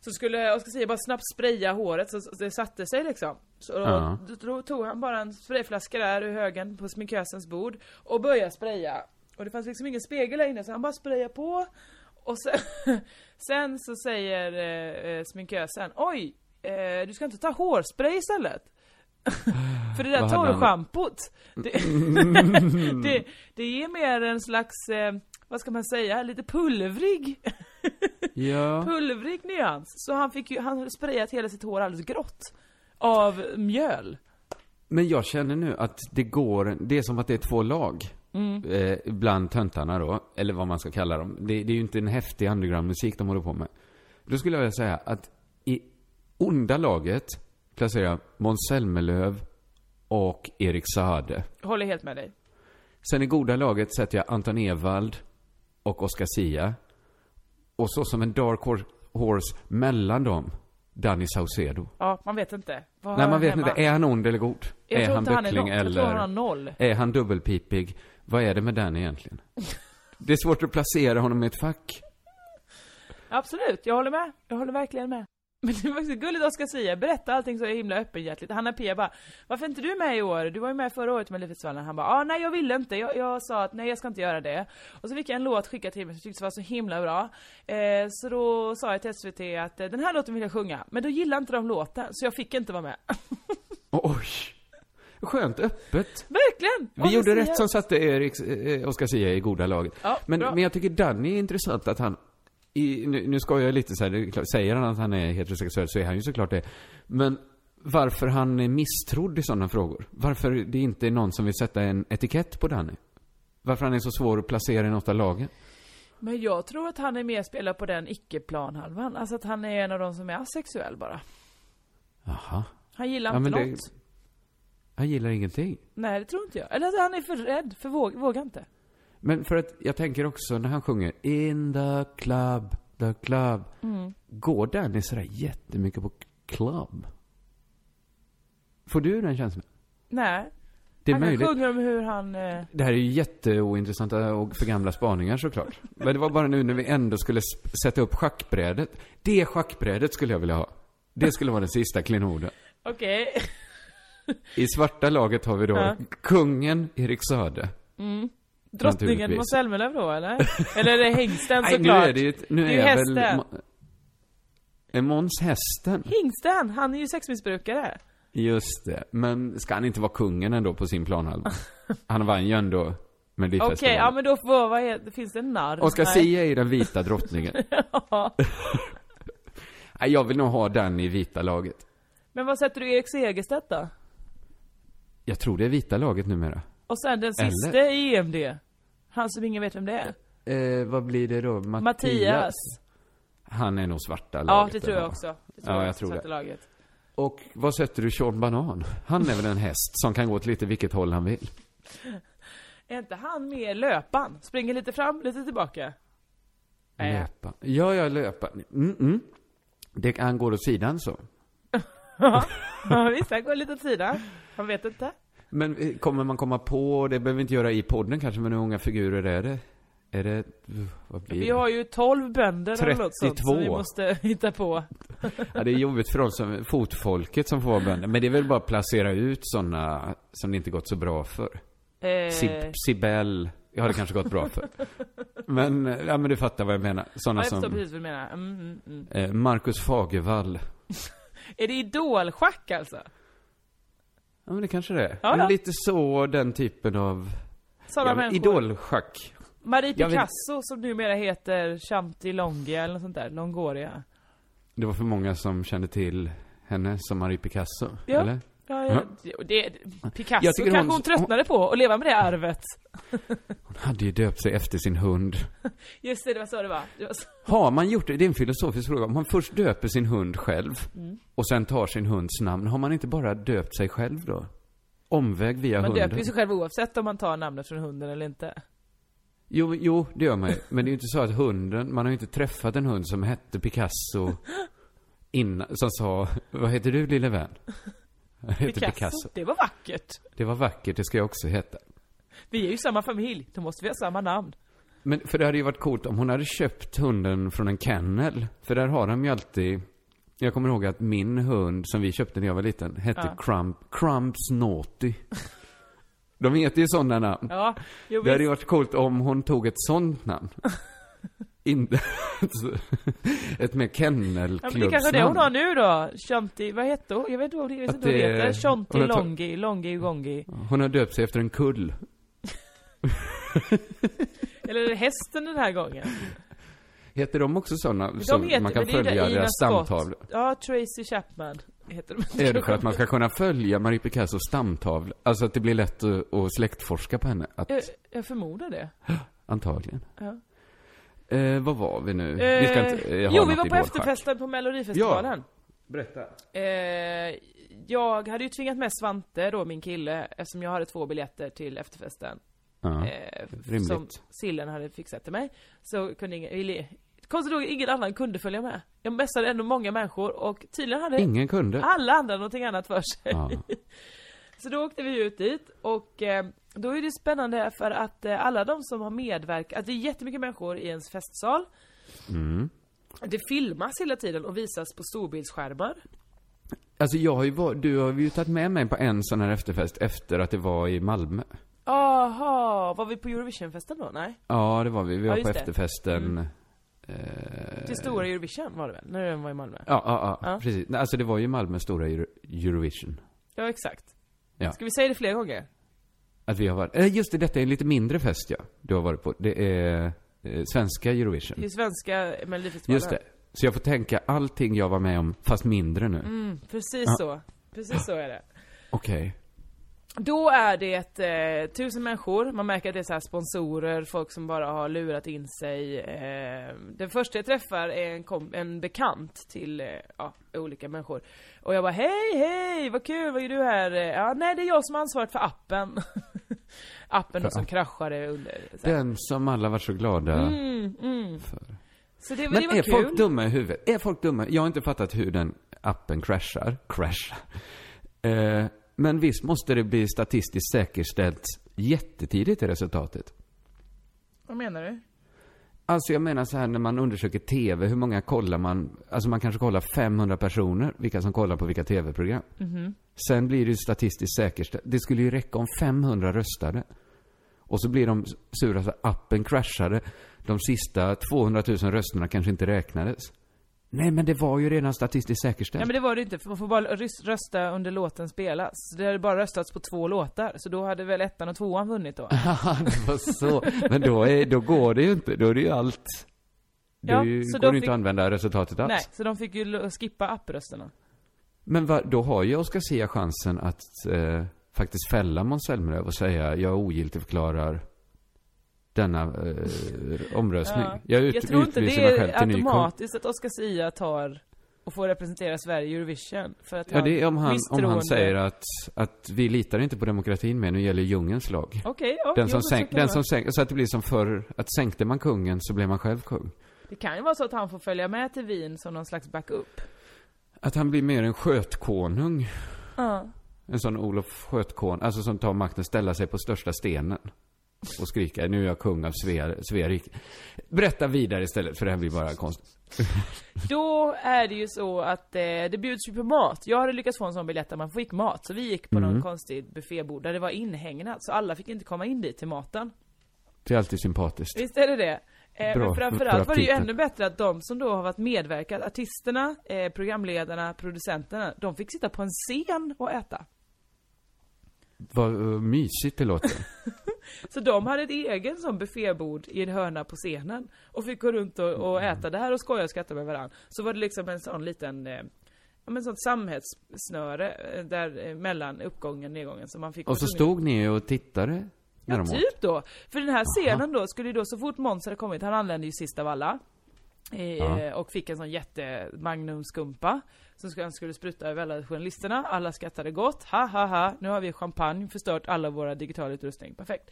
Speaker 2: Så skulle Oscar Sia bara snabbt spraya håret så så det satte sig liksom. Så då,
Speaker 3: Ja.
Speaker 2: då, då tog han bara en sprayflaska där ur högen på sminkösens bord och började spraya. Och det fanns liksom ingen spegel där inne så han bara sprayade på. Och sen, sen så säger eh, eh, sminkösen Oj! Eh, du ska inte ta hårspray istället? För det där
Speaker 3: Vad Mm. hade han-
Speaker 2: torrschampot det, det, det ger mer en slags, eh, vad ska man säga, lite pulvrig
Speaker 3: Ja.
Speaker 2: Pulvrig nyans. Så han fick ju, han hade sprayat hela sitt hår alldeles grått. Av mjöl.
Speaker 3: Men jag känner nu att det går, det är som att det är två lag.
Speaker 2: Mm.
Speaker 3: Eh, bland töntarna då, eller vad man ska kalla dem. Det, det är ju inte en häftig undergroundmusik de håller på med. Då skulle jag vilja säga att i onda laget placerar jag Måns Zelmerlöw och Erik Saade.
Speaker 2: Håller helt med dig.
Speaker 3: Sen i goda laget sätter jag Anton Ewald och Oscar Sia. Och så som en dark hor- horse mellan dem, Danny Saucedo.
Speaker 2: Ja, man vet inte. Vad
Speaker 3: Nej,
Speaker 2: har
Speaker 3: man
Speaker 2: han
Speaker 3: vet
Speaker 2: hemma?
Speaker 3: inte. Är han ond eller god?
Speaker 2: Jag
Speaker 3: är
Speaker 2: tror
Speaker 3: han
Speaker 2: inte han är
Speaker 3: böckling
Speaker 2: något. Jag
Speaker 3: eller?
Speaker 2: tror han har noll.
Speaker 3: Är han dubbelpipig? Vad är det med den egentligen? Det är svårt att placera honom i ett fack.
Speaker 2: Absolut, jag håller med. Jag håller verkligen med. Men det var så gulligt Oscar Sia berätta allting så himla öppenhjärtligt. Hanna Pia bara, varför är inte du med i år? Du var ju med förra året med Melodifestivalen. Han bara, ah, nej jag ville inte. Jag, jag sa att nej jag ska inte göra det. Och så fick jag en låt skickad till mig som jag tyckte var så himla bra. Eh, så då sa jag till SVT att eh, den här låten vill jag sjunga. Men då gillade inte de låten, så jag fick inte vara med.
Speaker 3: Oj! Skönt öppet.
Speaker 2: Verkligen!
Speaker 3: Vi
Speaker 2: Oscar
Speaker 3: gjorde
Speaker 2: Sia.
Speaker 3: rätt som satte Erik, eh, Oscar Sia i goda laget.
Speaker 2: Ja,
Speaker 3: men,
Speaker 2: bra.
Speaker 3: men jag tycker Danny är intressant att han, i, nu, nu ska jag lite så här, det är klart, säger han att han är heterosexuell så är han ju såklart det. Men varför han är misstrodd i sådana frågor? Varför det inte är någon som vill sätta en etikett på Danny? Varför han är så svår att placera i något av lagen?
Speaker 2: Men jag tror att han är mer spelad på den icke-planhalvan. Alltså att han är en av de som är asexuell bara.
Speaker 3: Jaha.
Speaker 2: Han gillar
Speaker 3: Ja,
Speaker 2: inte
Speaker 3: men det-
Speaker 2: något.
Speaker 3: Han gillar ingenting.
Speaker 2: Nej, det tror inte jag. Eller alltså, han är för rädd, för våg, vågar inte.
Speaker 3: Men för att jag tänker också när han sjunger In the club, the club.
Speaker 2: Mm.
Speaker 3: Går Danny sådär jättemycket på club? Får du den känslan?
Speaker 2: Nej.
Speaker 3: Det är
Speaker 2: han
Speaker 3: möjligt.
Speaker 2: kan sjunga om hur han... Eh,
Speaker 3: Det här är ju jätteointressanta och för gamla spaningar såklart. Men det var bara nu när vi ändå skulle s- sätta upp schackbrädet. Det schackbrädet skulle jag vilja ha. Det skulle vara den sista klenoden.
Speaker 2: Okej.
Speaker 3: I svarta laget har vi då
Speaker 2: Ja.
Speaker 3: kungen Erik Söder.
Speaker 2: Drottningen
Speaker 3: Naturligtvis.
Speaker 2: Måns Zelmerlöw då eller? Eller är det hängsten
Speaker 3: Nej,
Speaker 2: såklart?
Speaker 3: nu är det ju, nu
Speaker 2: Det är ju
Speaker 3: är väl...
Speaker 2: hästen.
Speaker 3: Ma- Är Måns hästen?
Speaker 2: Hingsten, han är ju sexmissbrukare.
Speaker 3: Just det. Men ska han inte vara kungen ändå på sin planhalva? Han vann ju ändå
Speaker 2: Okej,
Speaker 3: Melodifestivalen.
Speaker 2: ja men då får, vad heter, finns det en narr?
Speaker 3: Oscar
Speaker 2: Nej.
Speaker 3: Zia är den vita drottningen.
Speaker 2: Ja.
Speaker 3: Nej, jag vill nog ha den i vita laget.
Speaker 2: Men vad sätter du Erik Segerstedt då?
Speaker 3: Jag tror det är vita laget numera.
Speaker 2: Och sen den
Speaker 3: Eller?
Speaker 2: sista i EMD. Han som ingen vet vem det är.
Speaker 3: Eh, vad blir det då? Mattias?
Speaker 2: Mattias.
Speaker 3: Han är nog svarta
Speaker 2: Ja,
Speaker 3: laget.
Speaker 2: det tror jag
Speaker 3: eller?
Speaker 2: också. Det
Speaker 3: Ja, jag
Speaker 2: också,
Speaker 3: tror det.
Speaker 2: sätter Laget.
Speaker 3: Och vad sätter du Sean Banan? Han är väl en häst som kan gå åt lite vilket håll han vill.
Speaker 2: Är inte han med i löpan? Springer lite fram, lite tillbaka. Nej.
Speaker 3: Löpa. Ja, ja, löpa. Mm, mm. Det, han går åt sidan så.
Speaker 2: Ja, visst, han går lite åt sidan. Han vet inte.
Speaker 3: Men eh, kommer man komma på, det behöver vi inte göra i podden kanske, men hur många figurer är det? Är det, uh, vad blir
Speaker 2: Vi
Speaker 3: det?
Speaker 2: har ju 12 bönder eller något sånt som vi
Speaker 3: 32.
Speaker 2: måste hitta på.
Speaker 3: Ja, det är jobbigt för de som, fotfolket som får vara bönder. Men det är väl bara att placera ut sådana som det inte gått så bra för.
Speaker 2: Eh,
Speaker 3: Sib- Sibel, ja det kanske gått bra för. Men, eh, ja men du fattar vad jag menar.
Speaker 2: ja,
Speaker 3: Sådana
Speaker 2: jag förstår
Speaker 3: som
Speaker 2: precis vad du menar. Mm, mm, mm.
Speaker 3: eh, Marcus Fagervall.
Speaker 2: Är det idolschack alltså?
Speaker 3: Ja men det kanske det är.
Speaker 2: Ja,
Speaker 3: men
Speaker 2: ja.
Speaker 3: lite så, den typen av,
Speaker 2: Sådana
Speaker 3: ja, men
Speaker 2: människor.
Speaker 3: idolschack.
Speaker 2: Marie
Speaker 3: Jag vet-
Speaker 2: Picasso som numera heter Shanti Longia eller något sånt där. Longoria.
Speaker 3: Det var för många som kände till henne som Marie Picasso,
Speaker 2: Ja.
Speaker 3: eller?
Speaker 2: Ja,
Speaker 3: Ja.
Speaker 2: ja. Det, det- Picasso
Speaker 3: Jag tycker
Speaker 2: kanske hon,
Speaker 3: hon-
Speaker 2: tröttnade på att leva med det arvet.
Speaker 3: Hon hade ju döpt sig efter sin hund.
Speaker 2: Just det, det var så det var. Det var så.
Speaker 3: Har man gjort det, det är en filosofisk fråga, om man först döper sin hund själv
Speaker 2: Mm.
Speaker 3: och sen tar sin hunds namn, har man inte bara döpt sig själv då? Omväg via
Speaker 2: Man
Speaker 3: hunden?
Speaker 2: döper ju sig själv oavsett om man tar namnet från hunden eller inte.
Speaker 3: Jo, jo, det gör man ju. Men det är ju inte så att hunden, man har ju inte träffat en hund som hette Picasso innan, som sa, vad heter du lille vän? Jag heter Picasso.
Speaker 2: Det var vackert.
Speaker 3: Det var vackert, det ska jag också heta.
Speaker 2: Vi är ju samma familj, då måste vi ha samma namn.
Speaker 3: Men för det hade ju varit coolt om hon hade köpt hunden från en kennel. För där har de ju alltid... Jag kommer ihåg att min hund som vi köpte när jag var liten hette
Speaker 2: Ja.
Speaker 3: Crump, Crumps Naughty. De heter ju sådana namn.
Speaker 2: Ja, jo,
Speaker 3: det hade ju
Speaker 2: visst.
Speaker 3: varit coolt om hon tog ett sånt namn. Inte ett mer
Speaker 2: Ja, men det kanske är det
Speaker 3: kennelklubbsnamn.
Speaker 2: hon har nu då. Shanti, vad hette hon? Jag vet inte vad hon jag vet inte vad hon
Speaker 3: Att det-
Speaker 2: heter. Shanti
Speaker 3: hon har ta-
Speaker 2: Longi, Longi Gongi.
Speaker 3: hon har döpt sig efter en kull.
Speaker 2: Eller är det hästen den här gången?
Speaker 3: Heter de också sådana som man kan
Speaker 2: väl- det är ju
Speaker 3: följa
Speaker 2: där Ina
Speaker 3: deras
Speaker 2: Scott.
Speaker 3: stamtavlor?
Speaker 2: Ja, Tracy Chapman heter de.
Speaker 3: Är det för att man ska kunna följa Marie Picassos stamtavla? Alltså att det blir lätt att, att släktforska på henne? Att,
Speaker 2: Jag, jag förmodar det.
Speaker 3: Antagligen.
Speaker 2: Eh. Ja.
Speaker 3: Eh, vad var vi nu? vi ska
Speaker 2: Eh,
Speaker 3: inte eh, ha
Speaker 2: jo, vi
Speaker 3: något
Speaker 2: var på
Speaker 3: idolschack.
Speaker 2: efterfesten på Melodifestivalen.
Speaker 3: Berätta.
Speaker 2: Eh, jag hade ju tvingat med Svante då, min kille, eftersom jag hade två biljetter till efterfesten.
Speaker 3: Ja.
Speaker 2: eh,
Speaker 3: rimligt.
Speaker 2: som Sillen hade fixat till mig. Så kunde ingen, ville, konstigt nog ingen annan kunde följa med. Jag messade ändå många människor och tydligen hade
Speaker 3: Ingen kunde.
Speaker 2: alla andra någonting annat för sig.
Speaker 3: Ja.
Speaker 2: Så då åkte vi ut dit och eh, då är det spännande för att eh, alla de som har medverkat, att det är jättemycket människor i ens festsal.
Speaker 3: Mm.
Speaker 2: Det filmas hela tiden och visas på storbildsskärmar.
Speaker 3: Alltså jag har ju var, du har ju tagit med mig på en sån här efterfest efter att det var i Malmö.
Speaker 2: Aha, var vi på Eurovisionfesten då? Nej?
Speaker 3: Ja, det var vi. Vi var
Speaker 2: Ja,
Speaker 3: på
Speaker 2: just det. Mm.
Speaker 3: efterfesten.
Speaker 2: Till
Speaker 3: Eh.
Speaker 2: stora Eurovision var det väl? När den var i Malmö?
Speaker 3: Ja, ja, ja,
Speaker 2: Ja.
Speaker 3: precis. Nej, Alltså det var ju Malmös stora Euro- Eurovision.
Speaker 2: Ja, exakt.
Speaker 3: Ja.
Speaker 2: Ska vi säga det fler gånger?
Speaker 3: Att vi har varit, eh, just det, detta är en lite mindre fest ja, du har varit på. Det är eh, svenska Eurovision.
Speaker 2: Det är svenska Melodifestivalen.
Speaker 3: Just det. Så jag får tänka allting jag var med om, fast mindre nu.
Speaker 2: Mm, precis så. Precis så är det.
Speaker 3: Okej.
Speaker 2: Då är det eh, tusen människor, man märker att det är så här sponsorer, folk som bara har lurat in sig. Eh, den första jag träffar är en, kom- en bekant till eh, ja, olika människor. Och jag bara hej hej, vad kul, vad är du här? Eh, Ja, nej det är jag som har ansvaret för appen. appen då som kraschade under. Så, här.
Speaker 3: Den som alla var så glada för.
Speaker 2: så Mm, det,
Speaker 3: Men
Speaker 2: det var
Speaker 3: är
Speaker 2: kul.
Speaker 3: folk dumma i huvudet? Är folk dumma? Jag har inte fattat hur den appen crashar. Crashar. Eh, men visst måste det bli statistiskt säkerställt jättetidigt i resultatet?
Speaker 2: Vad menar du?
Speaker 3: Alltså jag menar så här när man undersöker TV, hur många kollar man? Alltså man kanske kollar 500 personer, vilka som kollar på vilka TV-program.
Speaker 2: Mhm.
Speaker 3: Sen blir det ju statistiskt säkerställt. Det skulle ju räcka om 500 röstade. Och så blir de sura så att appen kraschade. De sista 200 000 rösterna kanske inte räknades. Nej men det var ju redan statistiskt säkerställt.
Speaker 2: Nej men det var det inte, för man får bara rys- rösta under låten spelas. Så Det hade bara röstats på två låtar, så då hade väl ettan och tvåan vunnit då?
Speaker 3: Ja, det var så. Men då, är, då går det ju inte. Då är det ju allt. Då
Speaker 2: Ja,
Speaker 3: är ju,
Speaker 2: så
Speaker 3: går
Speaker 2: då
Speaker 3: det inte
Speaker 2: fick-
Speaker 3: att använda resultatet alls.
Speaker 2: Nej, så de fick ju lo- skippa apprösterna.
Speaker 3: Men va, då har ju Oscar Sia chansen att eh, faktiskt fälla Måns Zelmerlöw och säga jag ogiltigförklarar denna eh, omröstning. Jag, ut,
Speaker 2: Jag tror inte
Speaker 3: utlyser
Speaker 2: det
Speaker 3: mig själv
Speaker 2: är
Speaker 3: till ny kung.
Speaker 2: automatiskt att Oscar Sia tar och får representera Sverige i Eurovision. För att
Speaker 3: Ja, det är om han, om han
Speaker 2: misstroende.
Speaker 3: säger att, att vi litar inte på demokratin mer, nu gäller djungelns lag.
Speaker 2: Okej, ja, jo,
Speaker 3: Den som,
Speaker 2: men så
Speaker 3: sänk,
Speaker 2: kan
Speaker 3: den
Speaker 2: det
Speaker 3: som
Speaker 2: vara.
Speaker 3: sänk, så att det blir som förr, att sänkte man kungen så blev man själv kung.
Speaker 2: Det kan ju vara så att han får följa med till Wien som någon slags backup.
Speaker 3: Att han blir mer en skötkonung
Speaker 2: Ja.
Speaker 3: En sån Olof Skötkorn, alltså som tar makten, ställa sig på största stenen. Och skrika, nu är jag kung av Sver- Sverige. Berätta vidare istället, för det här blir bara konstigt.
Speaker 2: Då är det ju så att eh, det bjuds ju på mat. Jag hade lyckats få en sån biljett där man fick mat. Så vi gick på
Speaker 3: Mm.
Speaker 2: någon konstig buffébord där det var inhägnat. Så alla fick inte komma in dit till maten.
Speaker 3: Det är alltid sympatiskt.
Speaker 2: Visst är det det? Eh,
Speaker 3: Bra
Speaker 2: men
Speaker 3: för
Speaker 2: framförallt var det ju
Speaker 3: aptiten.
Speaker 2: ännu bättre att de som då har varit medverkat, artisterna, eh, programledarna, producenterna, de fick sitta på en scen och äta.
Speaker 3: Vad eh, mysigt det låter.
Speaker 2: Så de hade ett egen sån buffébord i en hörna på scenen. Och fick gå runt och, och
Speaker 3: Mm.
Speaker 2: äta det här och skoja och skratta med varandra. Så var det liksom en sån liten, eh, ja men sånt samhällssnöre eh, där eh, mellan uppgången och nedgången. Så man fick
Speaker 3: Och så
Speaker 2: vara tvungen-
Speaker 3: stod ni och tittade när
Speaker 2: Ja,
Speaker 3: de åt.
Speaker 2: typ då. För den här scenen då skulle ju då, så fort Måns hade kommit, han anlände ju sist av alla. Eh, Och fick en sån jätte magnumskumpa. Som skulle, han skulle spruta över alla journalisterna, alla skrattade gott, ha ha ha, nu har vi champagne förstört alla våra digitala utrustning, perfekt.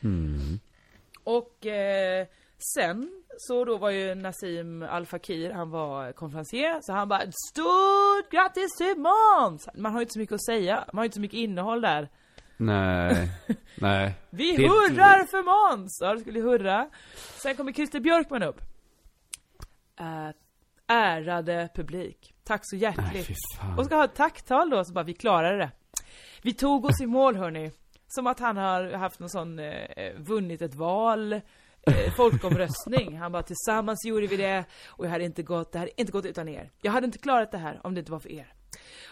Speaker 2: Och eh, sen så då var ju Nassim Al Fakir, han var konferencier, så han bara Stort grattis till Måns! Man har ju inte så mycket att säga, man har ju inte så mycket innehåll där.
Speaker 3: Nej, nej.
Speaker 2: Vi
Speaker 3: Det-
Speaker 2: hurrar för Måns! Ja, det skulle hurra. Sen kommer Christer Björkman upp. Eh, ärade publik. Tack så
Speaker 3: Nej,
Speaker 2: hjärtligt.
Speaker 3: fy fan.
Speaker 2: och ska ha ett tacktal då, så bara vi klarade det. Vi tog oss i mål hörni. Som att han har haft någon sån, eh, vunnit ett val, eh, folkomröstning. Han bara tillsammans gjorde vi det och jag hade inte gått, det hade inte gått utan er. Jag hade inte klarat det här om det inte var för er.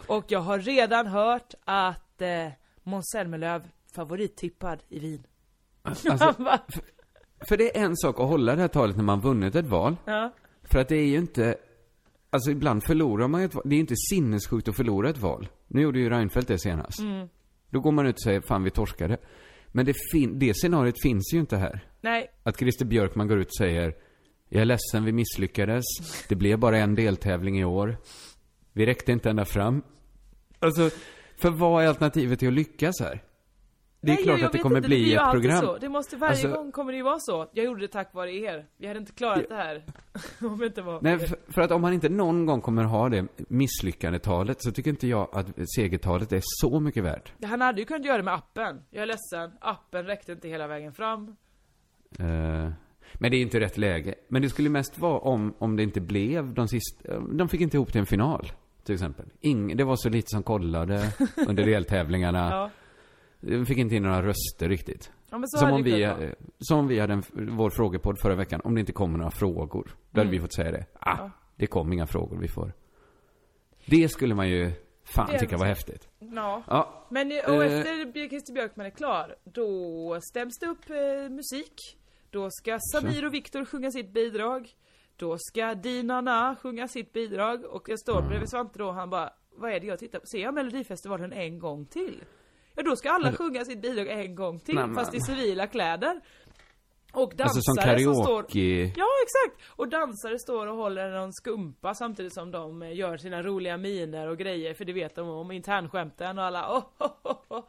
Speaker 2: Och jag har redan hört att eh, Måns Zelmerlöw favorittippad i Wien.
Speaker 3: Alltså, för det är en sak att hålla det här talet när man vunnit ett val.
Speaker 2: Ja.
Speaker 3: För att det är ju inte... Alltså ibland förlorar man ju ett val. Det är ju inte sinnessjukt att förlora ett val. Nu gjorde ju Reinfeldt det senast.
Speaker 2: Mm.
Speaker 3: Då går man ut och säger, fan vi torskade. Men det, fin- det scenariot finns ju inte här.
Speaker 2: Nej,
Speaker 3: Att Christer Björkman går ut och säger, jag är ledsen vi misslyckades. Det blev bara en deltävling i år. Vi räckte inte ända fram. Alltså, för vad är alternativet till att lyckas här? Det är
Speaker 2: Nej,
Speaker 3: klart
Speaker 2: jag
Speaker 3: att det
Speaker 2: vet
Speaker 3: kommer
Speaker 2: inte,
Speaker 3: bli
Speaker 2: blir ju
Speaker 3: ett
Speaker 2: alltid
Speaker 3: program.
Speaker 2: Så. Det måste, varje
Speaker 3: Alltså-
Speaker 2: gång kommer det ju vara så. Jag gjorde det tack vare er. Vi hade inte klarat det här. Om det inte var
Speaker 3: Nej,
Speaker 2: för er.
Speaker 3: för, för att om han inte någon gång kommer ha det misslyckandetalet så tycker inte jag att segertalet är så mycket värt.
Speaker 2: Han hade ju kunnat göra det med appen. Jag är ledsen, appen räckte inte hela vägen fram.
Speaker 3: Eh, men det är inte rätt läge. Men det skulle mest vara om, om det inte blev de sista... De fick inte ihop till en final, till exempel. Ing, det var så lite som kollade under deltävlingarna.
Speaker 2: Ja.
Speaker 3: De fick inte in några röster riktigt.
Speaker 2: Ja, men så
Speaker 3: Som
Speaker 2: hade
Speaker 3: om,
Speaker 2: det
Speaker 3: vi,
Speaker 2: kunnat vara.
Speaker 3: eh, som om vi hade en, f- vår frågepodd förra veckan, om det inte kommer några frågor. Då
Speaker 2: Mm.
Speaker 3: hade vi fått säga det. Ah, det kom inga frågor, vi får. Det skulle man ju fan
Speaker 2: Det-
Speaker 3: tycka var häftigt.
Speaker 2: Ja.
Speaker 3: Ja,
Speaker 2: Men eh, och
Speaker 3: Eh.
Speaker 2: efter Björ- Christer Björkman är klar, då stäms det upp eh, musik. Då ska Samir och Viktor sjunga sitt bidrag. Då ska Dina Na sjunga sitt bidrag. Och jag står bredvid Svante då och han bara, vad är det jag tittar på? Ser jag Melodifestivalen en gång till? Ja då ska alla sjunga sitt bidrag en gång till,
Speaker 3: Nej, men-
Speaker 2: fast i civila kläder. Och dansare
Speaker 3: alltså som
Speaker 2: som står...
Speaker 3: karaoke.
Speaker 2: Ja, exakt! Och dansare står och håller någon skumpa samtidigt som de eh, gör sina roliga miner och grejer, för det vet de om internskämten och alla oh, oh, oh, oh.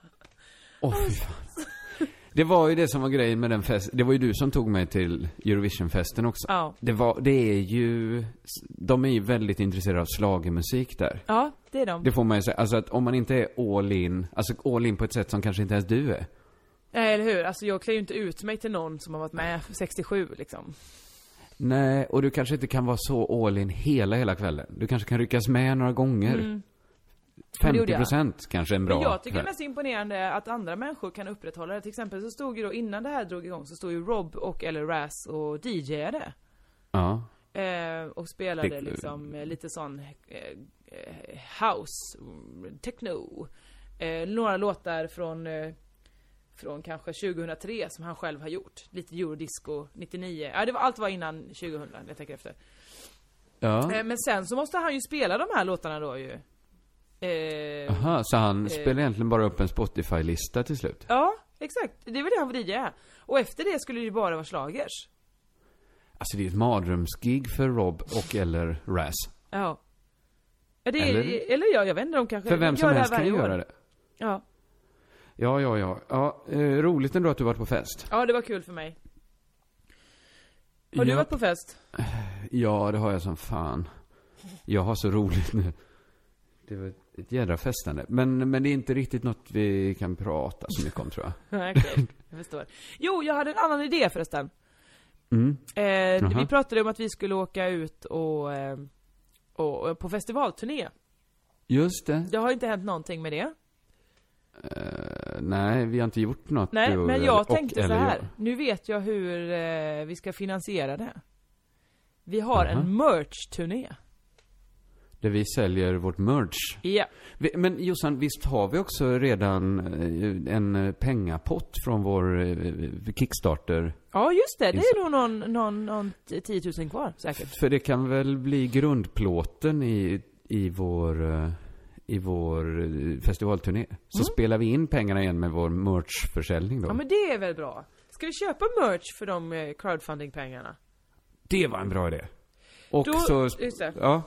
Speaker 3: Åh, fy fan. Det var ju det som var grejen med den festen. Det var ju du som tog mig till Eurovisionfesten också.
Speaker 2: Ja.
Speaker 3: Det, var, det är ju... De är ju väldigt intresserade av schlagermusik där.
Speaker 2: Ja, det är de.
Speaker 3: Det får man ju säga. Alltså att om man inte är all in, alltså all in på ett sätt som kanske inte ens du är.
Speaker 2: Nej, eller hur? Alltså jag klär ju inte ut mig till någon som har varit med 67 liksom.
Speaker 3: Nej, och du kanske inte kan vara så all in hela, hela kvällen. Du kanske kan ryckas med några gånger.
Speaker 2: Men Mm, det gjorde
Speaker 3: 50
Speaker 2: jag.
Speaker 3: procent kanske är en bra
Speaker 2: Men jag tycker det är
Speaker 3: kväll.
Speaker 2: mest imponerande att andra människor kan upprätthålla det. Till exempel så stod ju då, innan det här drog igång, så stod ju Rob och eller Raz och DJade.
Speaker 3: Ja.
Speaker 2: Eh, och spelade
Speaker 3: Det-
Speaker 2: liksom eh, lite sån eh, eh, house, mm, techno. Eh, några låtar från, eh, från kanske 2003 som han själv har gjort. Lite eurodisco 99. Ja, det var, allt var innan 2000, jag tänker efter.
Speaker 3: ja.
Speaker 2: Eh, men sen så måste han ju spela de här låtarna då ju. Eh,
Speaker 3: Aha, så han
Speaker 2: eh,
Speaker 3: spelar egentligen bara upp en Spotify-lista till slut?
Speaker 2: Ja, exakt. Det var det han var DJ. är. Och efter det skulle det ju bara vara slagers.
Speaker 3: Alltså det är ett mardrömsgig för Rob och eller Raz.
Speaker 2: Ja. Ja, Det,
Speaker 3: Eller-
Speaker 2: eller? eller ja, jag vet inte, de kanske
Speaker 3: För vem
Speaker 2: gör
Speaker 3: som
Speaker 2: det här
Speaker 3: helst kan
Speaker 2: varje
Speaker 3: ju
Speaker 2: år.
Speaker 3: göra det.
Speaker 2: Ja.
Speaker 3: Ja, ja, ja. ja eh, roligt ändå att du varit på fest.
Speaker 2: ja, det var kul för mig. Har du
Speaker 3: Ja.
Speaker 2: varit på fest?
Speaker 3: Ja, det har jag som fan. Jag har så roligt nu. Det var ett jädra festande. Men, men det är inte riktigt något vi kan prata så mycket om tror jag.
Speaker 2: Nej, okej. jag förstår. Jo, jag hade en annan idé förresten.
Speaker 3: Mm.
Speaker 2: Eh,
Speaker 3: Jaha.
Speaker 2: vi pratade om att vi skulle åka ut och, eh, och, och på festivalturné.
Speaker 3: Just det.
Speaker 2: Det har inte hänt någonting med det.
Speaker 3: Eh, nej, vi har inte gjort något.
Speaker 2: Nej,
Speaker 3: du
Speaker 2: men
Speaker 3: eller-
Speaker 2: jag
Speaker 3: och
Speaker 2: tänkte så
Speaker 3: eller
Speaker 2: här.
Speaker 3: jag.
Speaker 2: Nu vet jag hur eh, vi ska finansiera det. Vi har
Speaker 3: Jaha.
Speaker 2: en merch-turné.
Speaker 3: Där vi säljer vårt merch.
Speaker 2: Ja.
Speaker 3: Vi, men Jossan, visst har vi också redan eh, en eh, pengapott från vår eh, Kickstarter?
Speaker 2: Ja, just det. Det
Speaker 3: Finns-
Speaker 2: är nog någon, någon, någon t- 10 000 kvar säkert.
Speaker 3: För det kan väl bli grundplåten i, i vår, eh, i vår eh, festivalturné. Så spelar vi in pengarna igen med vår merchförsäljning
Speaker 2: Mm.
Speaker 3: då.
Speaker 2: Ja, men det är väl bra. Ska vi köpa merch för de eh, crowdfunding-pengarna?
Speaker 3: Det var en bra idé. Och
Speaker 2: Då-
Speaker 3: så,
Speaker 2: just det.
Speaker 3: ja,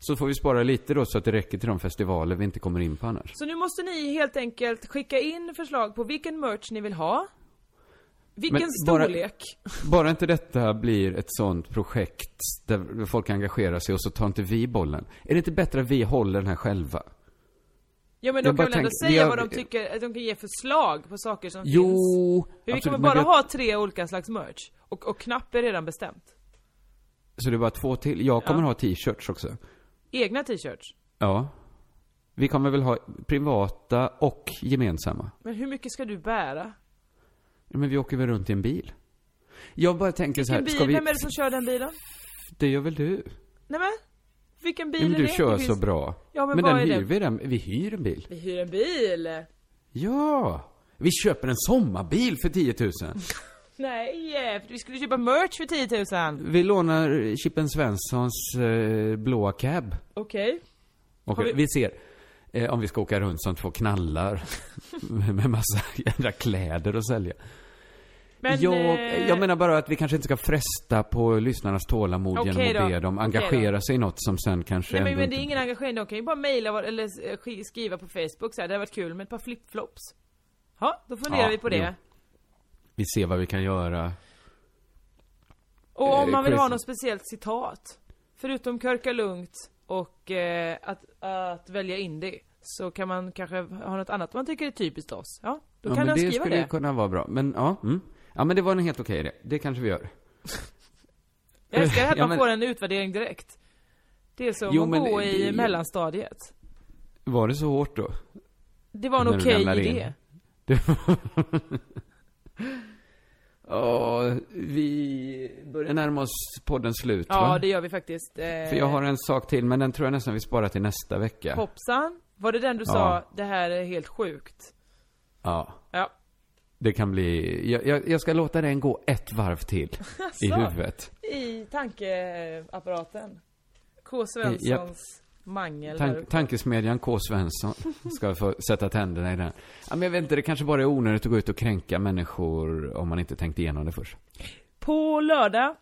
Speaker 3: så får vi spara lite då så att det räcker till de festivaler vi inte kommer in på annars.
Speaker 2: Så nu måste ni helt enkelt skicka in förslag på vilken merch ni vill ha. Vilken
Speaker 3: Men bara-
Speaker 2: storlek.
Speaker 3: Bara inte detta blir ett sånt projekt där folk engagerar sig och så tar inte vi bollen. Är det inte bättre att vi håller den här själva?
Speaker 2: Ja men
Speaker 3: jag
Speaker 2: de
Speaker 3: bara
Speaker 2: kan väl ändå
Speaker 3: tänker- vi
Speaker 2: säga
Speaker 3: har-
Speaker 2: vad de tycker, att de kan ge förslag på saker som finns.
Speaker 3: Jo,
Speaker 2: För vi
Speaker 3: absolut,
Speaker 2: kommer
Speaker 3: men
Speaker 2: bara
Speaker 3: jag-
Speaker 2: ha tre olika slags merch. Och, och knapp är redan bestämt.
Speaker 3: Så det är bara två till. Jag kommer ha t-shirts också.
Speaker 2: Egna t-shirts.
Speaker 3: Ja. Vi kommer väl ha privata och gemensamma.
Speaker 2: Men hur mycket ska du bära?
Speaker 3: Ja, Men vi åker väl runt i en bil? Jag bara tänker så här,
Speaker 2: Vilken
Speaker 3: ska
Speaker 2: bil,
Speaker 3: vi...
Speaker 2: vem är det som kör den bilen?
Speaker 3: Det gör väl du?
Speaker 2: Nej men, vilken bil
Speaker 3: Ja, men
Speaker 2: är
Speaker 3: du
Speaker 2: det?
Speaker 3: kör
Speaker 2: Det
Speaker 3: så
Speaker 2: finns-
Speaker 3: bra.
Speaker 2: Ja, men
Speaker 3: men
Speaker 2: vad
Speaker 3: den
Speaker 2: är
Speaker 3: hyr
Speaker 2: det?
Speaker 3: vi den. Vi hyr en bil.
Speaker 2: Vi hyr en bil.
Speaker 3: Ja! Vi köper en sommarbil för 10 000.
Speaker 2: Nej, eh, vi skulle köpa merch för 10 000.
Speaker 3: Vi lånar Chippen Svenssons eh, blåa cab.
Speaker 2: Okej.
Speaker 3: Och
Speaker 2: Har
Speaker 3: vi...
Speaker 2: vi-
Speaker 3: ser eh, om vi ska åka runt som två knallar med med massa jädra kläder att sälja.
Speaker 2: Men,
Speaker 3: jag,
Speaker 2: eh,
Speaker 3: jag menar bara att vi kanske inte ska fresta på lyssnarnas tålamod
Speaker 2: Okej
Speaker 3: genom att
Speaker 2: då.
Speaker 3: be dem
Speaker 2: Okej
Speaker 3: engagera
Speaker 2: då.
Speaker 3: sig i något som sen kanske
Speaker 2: Nej men,
Speaker 3: ändå
Speaker 2: men det är
Speaker 3: inte-
Speaker 2: ingen engagerad, de kan ju bara mejla var- eller eh, sk- skriva på Facebook så här. det hade varit kul med ett par flipflops. Ja, då funderar
Speaker 3: Ja,
Speaker 2: vi på det.
Speaker 3: Vi ser vad vi kan göra.
Speaker 2: Och om
Speaker 3: Eh,
Speaker 2: man vill ha
Speaker 3: crazy.
Speaker 2: något speciellt citat. Förutom körka lugnt och eh, att, att välja indie. Så kan man kanske ha något annat man tycker är typiskt oss. Ja, då
Speaker 3: ja,
Speaker 2: kan
Speaker 3: men
Speaker 2: man
Speaker 3: det
Speaker 2: skriva
Speaker 3: skulle ju
Speaker 2: det.
Speaker 3: kunna vara bra. Men ja, mm. Ja men det var en helt okej idé. Det kanske vi gör.
Speaker 2: Jag älskar att
Speaker 3: Ja,
Speaker 2: man
Speaker 3: men-
Speaker 2: får en utvärdering direkt. Det är som
Speaker 3: Jo,
Speaker 2: att
Speaker 3: men
Speaker 2: gå
Speaker 3: det-
Speaker 2: i
Speaker 3: det-
Speaker 2: mellanstadiet.
Speaker 3: Var det så hårt då?
Speaker 2: Det var en
Speaker 3: När du
Speaker 2: okej
Speaker 3: ramlar in.
Speaker 2: idé.
Speaker 3: Det var... Ja, vi börjar närma oss poddens slut va?
Speaker 2: Ja, det gör vi faktiskt. Eh,
Speaker 3: För jag har en sak till, men den tror jag nästan vi sparar till nästa vecka.
Speaker 2: Hoppsan. Var det den du
Speaker 3: Ja.
Speaker 2: sa, det här är helt sjukt?
Speaker 3: Ja.
Speaker 2: Ja.
Speaker 3: Det kan bli... Jag, jag, jag ska låta den gå ett varv till. I huvudet.
Speaker 2: I tankeapparaten. K. Svenssons
Speaker 3: I- japp.
Speaker 2: mangel. där
Speaker 3: Tan-
Speaker 2: uppe.
Speaker 3: tankesmedjan K. Svensson ska få sätta tänderna i den. Ja, men jag vet inte, det kanske bara är onödigt att gå ut och kränka människor om man inte tänkt igenom det först.
Speaker 2: På lördag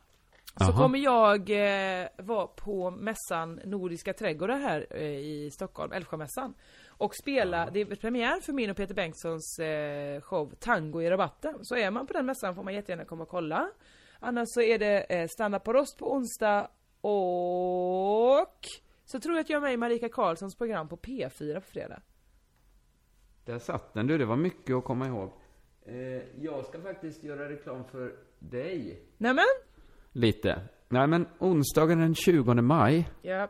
Speaker 2: så
Speaker 3: Jaha.
Speaker 2: kommer jag eh, vara på mässan Nordiska trädgårdar här eh, i Stockholm, Älvsjömässan. Och spela, det är premiär för min och Peter Bengtssons eh, show Tango i rabatten. Så är man på den mässan får man jättegärna komma och kolla. Annars så är det eh, Stanna på rost på onsdag och så tror jag att jag är med i Marika Karlssons program på P4 på fredag.
Speaker 3: Där satt den du, det var mycket att komma ihåg. Eh, jag ska faktiskt göra reklam för dig.
Speaker 2: Nämen!
Speaker 3: Lite. Nej men onsdagen den 20 maj
Speaker 2: Ja.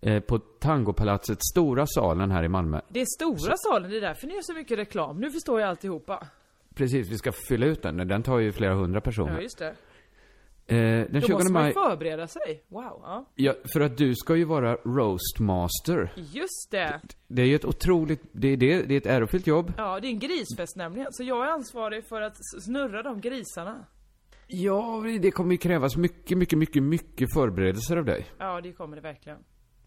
Speaker 3: eh, på Tangopalatset, stora salen här i Malmö.
Speaker 2: Det är stora salen, det är därför ni gör så mycket reklam. Nu förstår jag alltihopa.
Speaker 3: Precis, vi ska fylla ut den. Den tar ju flera hundra
Speaker 2: Ja,
Speaker 3: personer.
Speaker 2: just det.
Speaker 3: Eh, den
Speaker 2: Då
Speaker 3: 20
Speaker 2: måste man ju
Speaker 3: maj,
Speaker 2: förbereda sig. Wow. Ja.
Speaker 3: ja, för att du ska ju vara roastmaster.
Speaker 2: Just det.
Speaker 3: Det är ju ett otroligt, det är, det, det är ett ärofyllt jobb.
Speaker 2: Ja, det är en grisfest nämligen. Så jag är ansvarig för att s- snurra de grisarna.
Speaker 3: Ja, det kommer ju krävas mycket, mycket, mycket, mycket förberedelser av dig.
Speaker 2: Ja, det kommer det verkligen.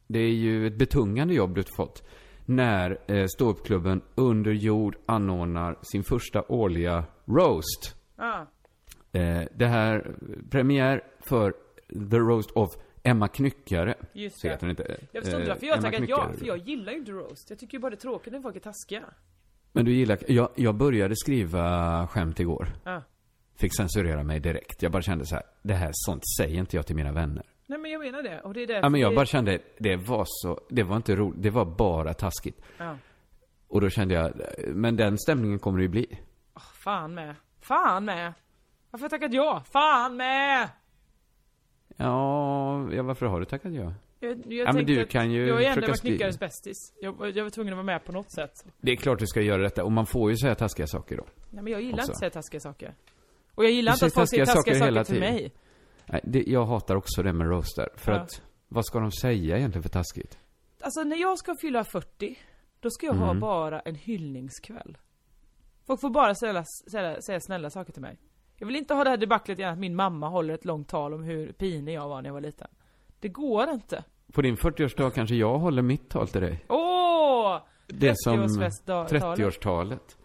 Speaker 3: Det är ju ett betungande jobb du fått. När eh, ståuppklubben Under jord anordnar sin första årliga roast.
Speaker 2: Ja.
Speaker 3: Eh, det här, premiär för The Roast of Emma Knyckare.
Speaker 2: Just
Speaker 3: Så
Speaker 2: det.
Speaker 3: heter den inte.
Speaker 2: Jag förstod
Speaker 3: Eh,
Speaker 2: inte varför jag
Speaker 3: Emma
Speaker 2: tackade ja,
Speaker 3: Knyckare.
Speaker 2: för jag gillar ju inte roast. Jag tycker ju bara det är tråkigt när folk är taskiga.
Speaker 3: Men du gillar, jag, jag började skriva skämt igår.
Speaker 2: Ja.
Speaker 3: Fick censurera mig direkt. Jag bara kände så här, det här sånt säger inte jag till mina vänner.
Speaker 2: Nej men jag menar det, och det är därför
Speaker 3: Ja, men jag
Speaker 2: det...
Speaker 3: bara kände, det var så, det var inte roligt, det var bara taskigt.
Speaker 2: Ja.
Speaker 3: Och då kände jag, men den stämningen kommer det ju bli.
Speaker 2: Fan med. Fan med. Varför har jag tackat ja? Fan med!
Speaker 3: Ja, ja varför har du tackat ja?
Speaker 2: Jag, jag
Speaker 3: men
Speaker 2: tänkte
Speaker 3: du
Speaker 2: att
Speaker 3: kan ju
Speaker 2: Jag är ändå
Speaker 3: försöka
Speaker 2: Emma
Speaker 3: skriva.
Speaker 2: Knyckares bästis. Jag, jag var tvungen att vara med på något sätt.
Speaker 3: Det är klart du ska göra detta, och man får ju säga taskiga saker då.
Speaker 2: Nej men jag gillar
Speaker 3: Också.
Speaker 2: inte att säga taskiga saker. Och jag gillar inte
Speaker 3: Du
Speaker 2: att
Speaker 3: säger
Speaker 2: folk säger
Speaker 3: taskiga
Speaker 2: taskiga
Speaker 3: saker
Speaker 2: saker,
Speaker 3: hela
Speaker 2: till
Speaker 3: tiden.
Speaker 2: mig.
Speaker 3: Nej, det, jag hatar också det med roaster, för
Speaker 2: Ja.
Speaker 3: att, vad ska de säga egentligen för taskigt?
Speaker 2: Alltså när jag ska fylla 40, då ska jag
Speaker 3: Mm.
Speaker 2: ha bara en hyllningskväll. Folk får bara säga, säga, säga snälla saker till mig. Jag vill inte ha det här debaclet igen att min mamma håller ett långt tal om hur pinig jag var när jag var liten. Det går inte.
Speaker 3: På din 40-årsdag kanske jag håller mitt tal till dig.
Speaker 2: Åh!
Speaker 3: Det som
Speaker 2: 30-årsfestdag-
Speaker 3: 30-årstalet.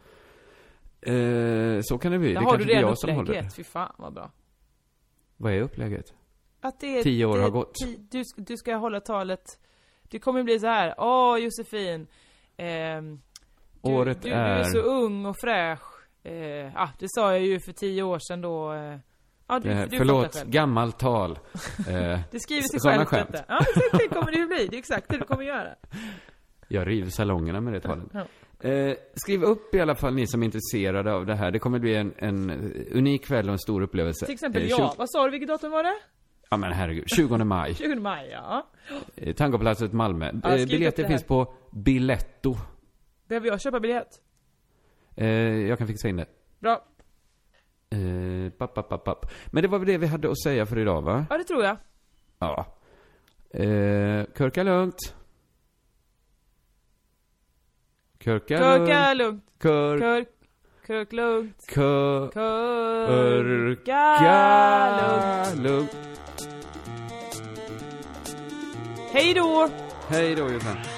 Speaker 3: Eh, så kan det bli.
Speaker 2: Där
Speaker 3: det
Speaker 2: har
Speaker 3: kanske
Speaker 2: du
Speaker 3: blir
Speaker 2: redan
Speaker 3: jag som håller. det.
Speaker 2: upplägget, fy fan vad bra.
Speaker 3: Vad är upplägget?
Speaker 2: Att det är,
Speaker 3: Tio år
Speaker 2: det, är
Speaker 3: har gått.
Speaker 2: ti- Du, sk- du ska hålla talet, det kommer bli så här. åh Josefin, ehm, du,
Speaker 3: Året
Speaker 2: du, du
Speaker 3: är...
Speaker 2: är så ung och fräsch. Eh, ah, det sa jag ju för tio år sedan då. Eh, ja, du,
Speaker 3: Eh,
Speaker 2: du
Speaker 3: förlåt,
Speaker 2: fattar själv.
Speaker 3: gammalt tal. Eh,
Speaker 2: Det skriver sig
Speaker 3: sådana
Speaker 2: självt
Speaker 3: skämt.
Speaker 2: detta. Ja, exakt det kommer det ju bli. Det är exakt det du kommer göra.
Speaker 3: jag river salongerna med det talet.
Speaker 2: Ja.
Speaker 3: Eh, skriv upp i alla fall ni som är intresserade av det här. Det kommer bli en, en unik kväll och en stor upplevelse.
Speaker 2: Till exempel
Speaker 3: Eh,
Speaker 2: jag.
Speaker 3: tjugo-
Speaker 2: Vad sa du, vilket datum var det?
Speaker 3: Ja men herregud, 20 maj.
Speaker 2: 20 maj, ja.
Speaker 3: Eh, Tangoplatset Malmö.
Speaker 2: Ja, skriv
Speaker 3: Eh,
Speaker 2: upp det
Speaker 3: biljetter
Speaker 2: här.
Speaker 3: finns på Biletto.
Speaker 2: Behöver jag köpa biljett?
Speaker 3: Eh, jag kan fixa in det.
Speaker 2: Bra.
Speaker 3: Eh, papp, papp, papp, papp. Men det var väl det vi hade att säga för idag va?
Speaker 2: Ja, det tror jag.
Speaker 3: Ja. Eh, körka lugnt. Körka
Speaker 2: Körka
Speaker 3: lugnt.
Speaker 2: lugnt.
Speaker 3: Kör...
Speaker 2: Körk. Körk lugnt.
Speaker 3: Kör...
Speaker 2: Körka lugnt.
Speaker 3: lugnt.
Speaker 2: Hej då!
Speaker 3: Hej då Jossan.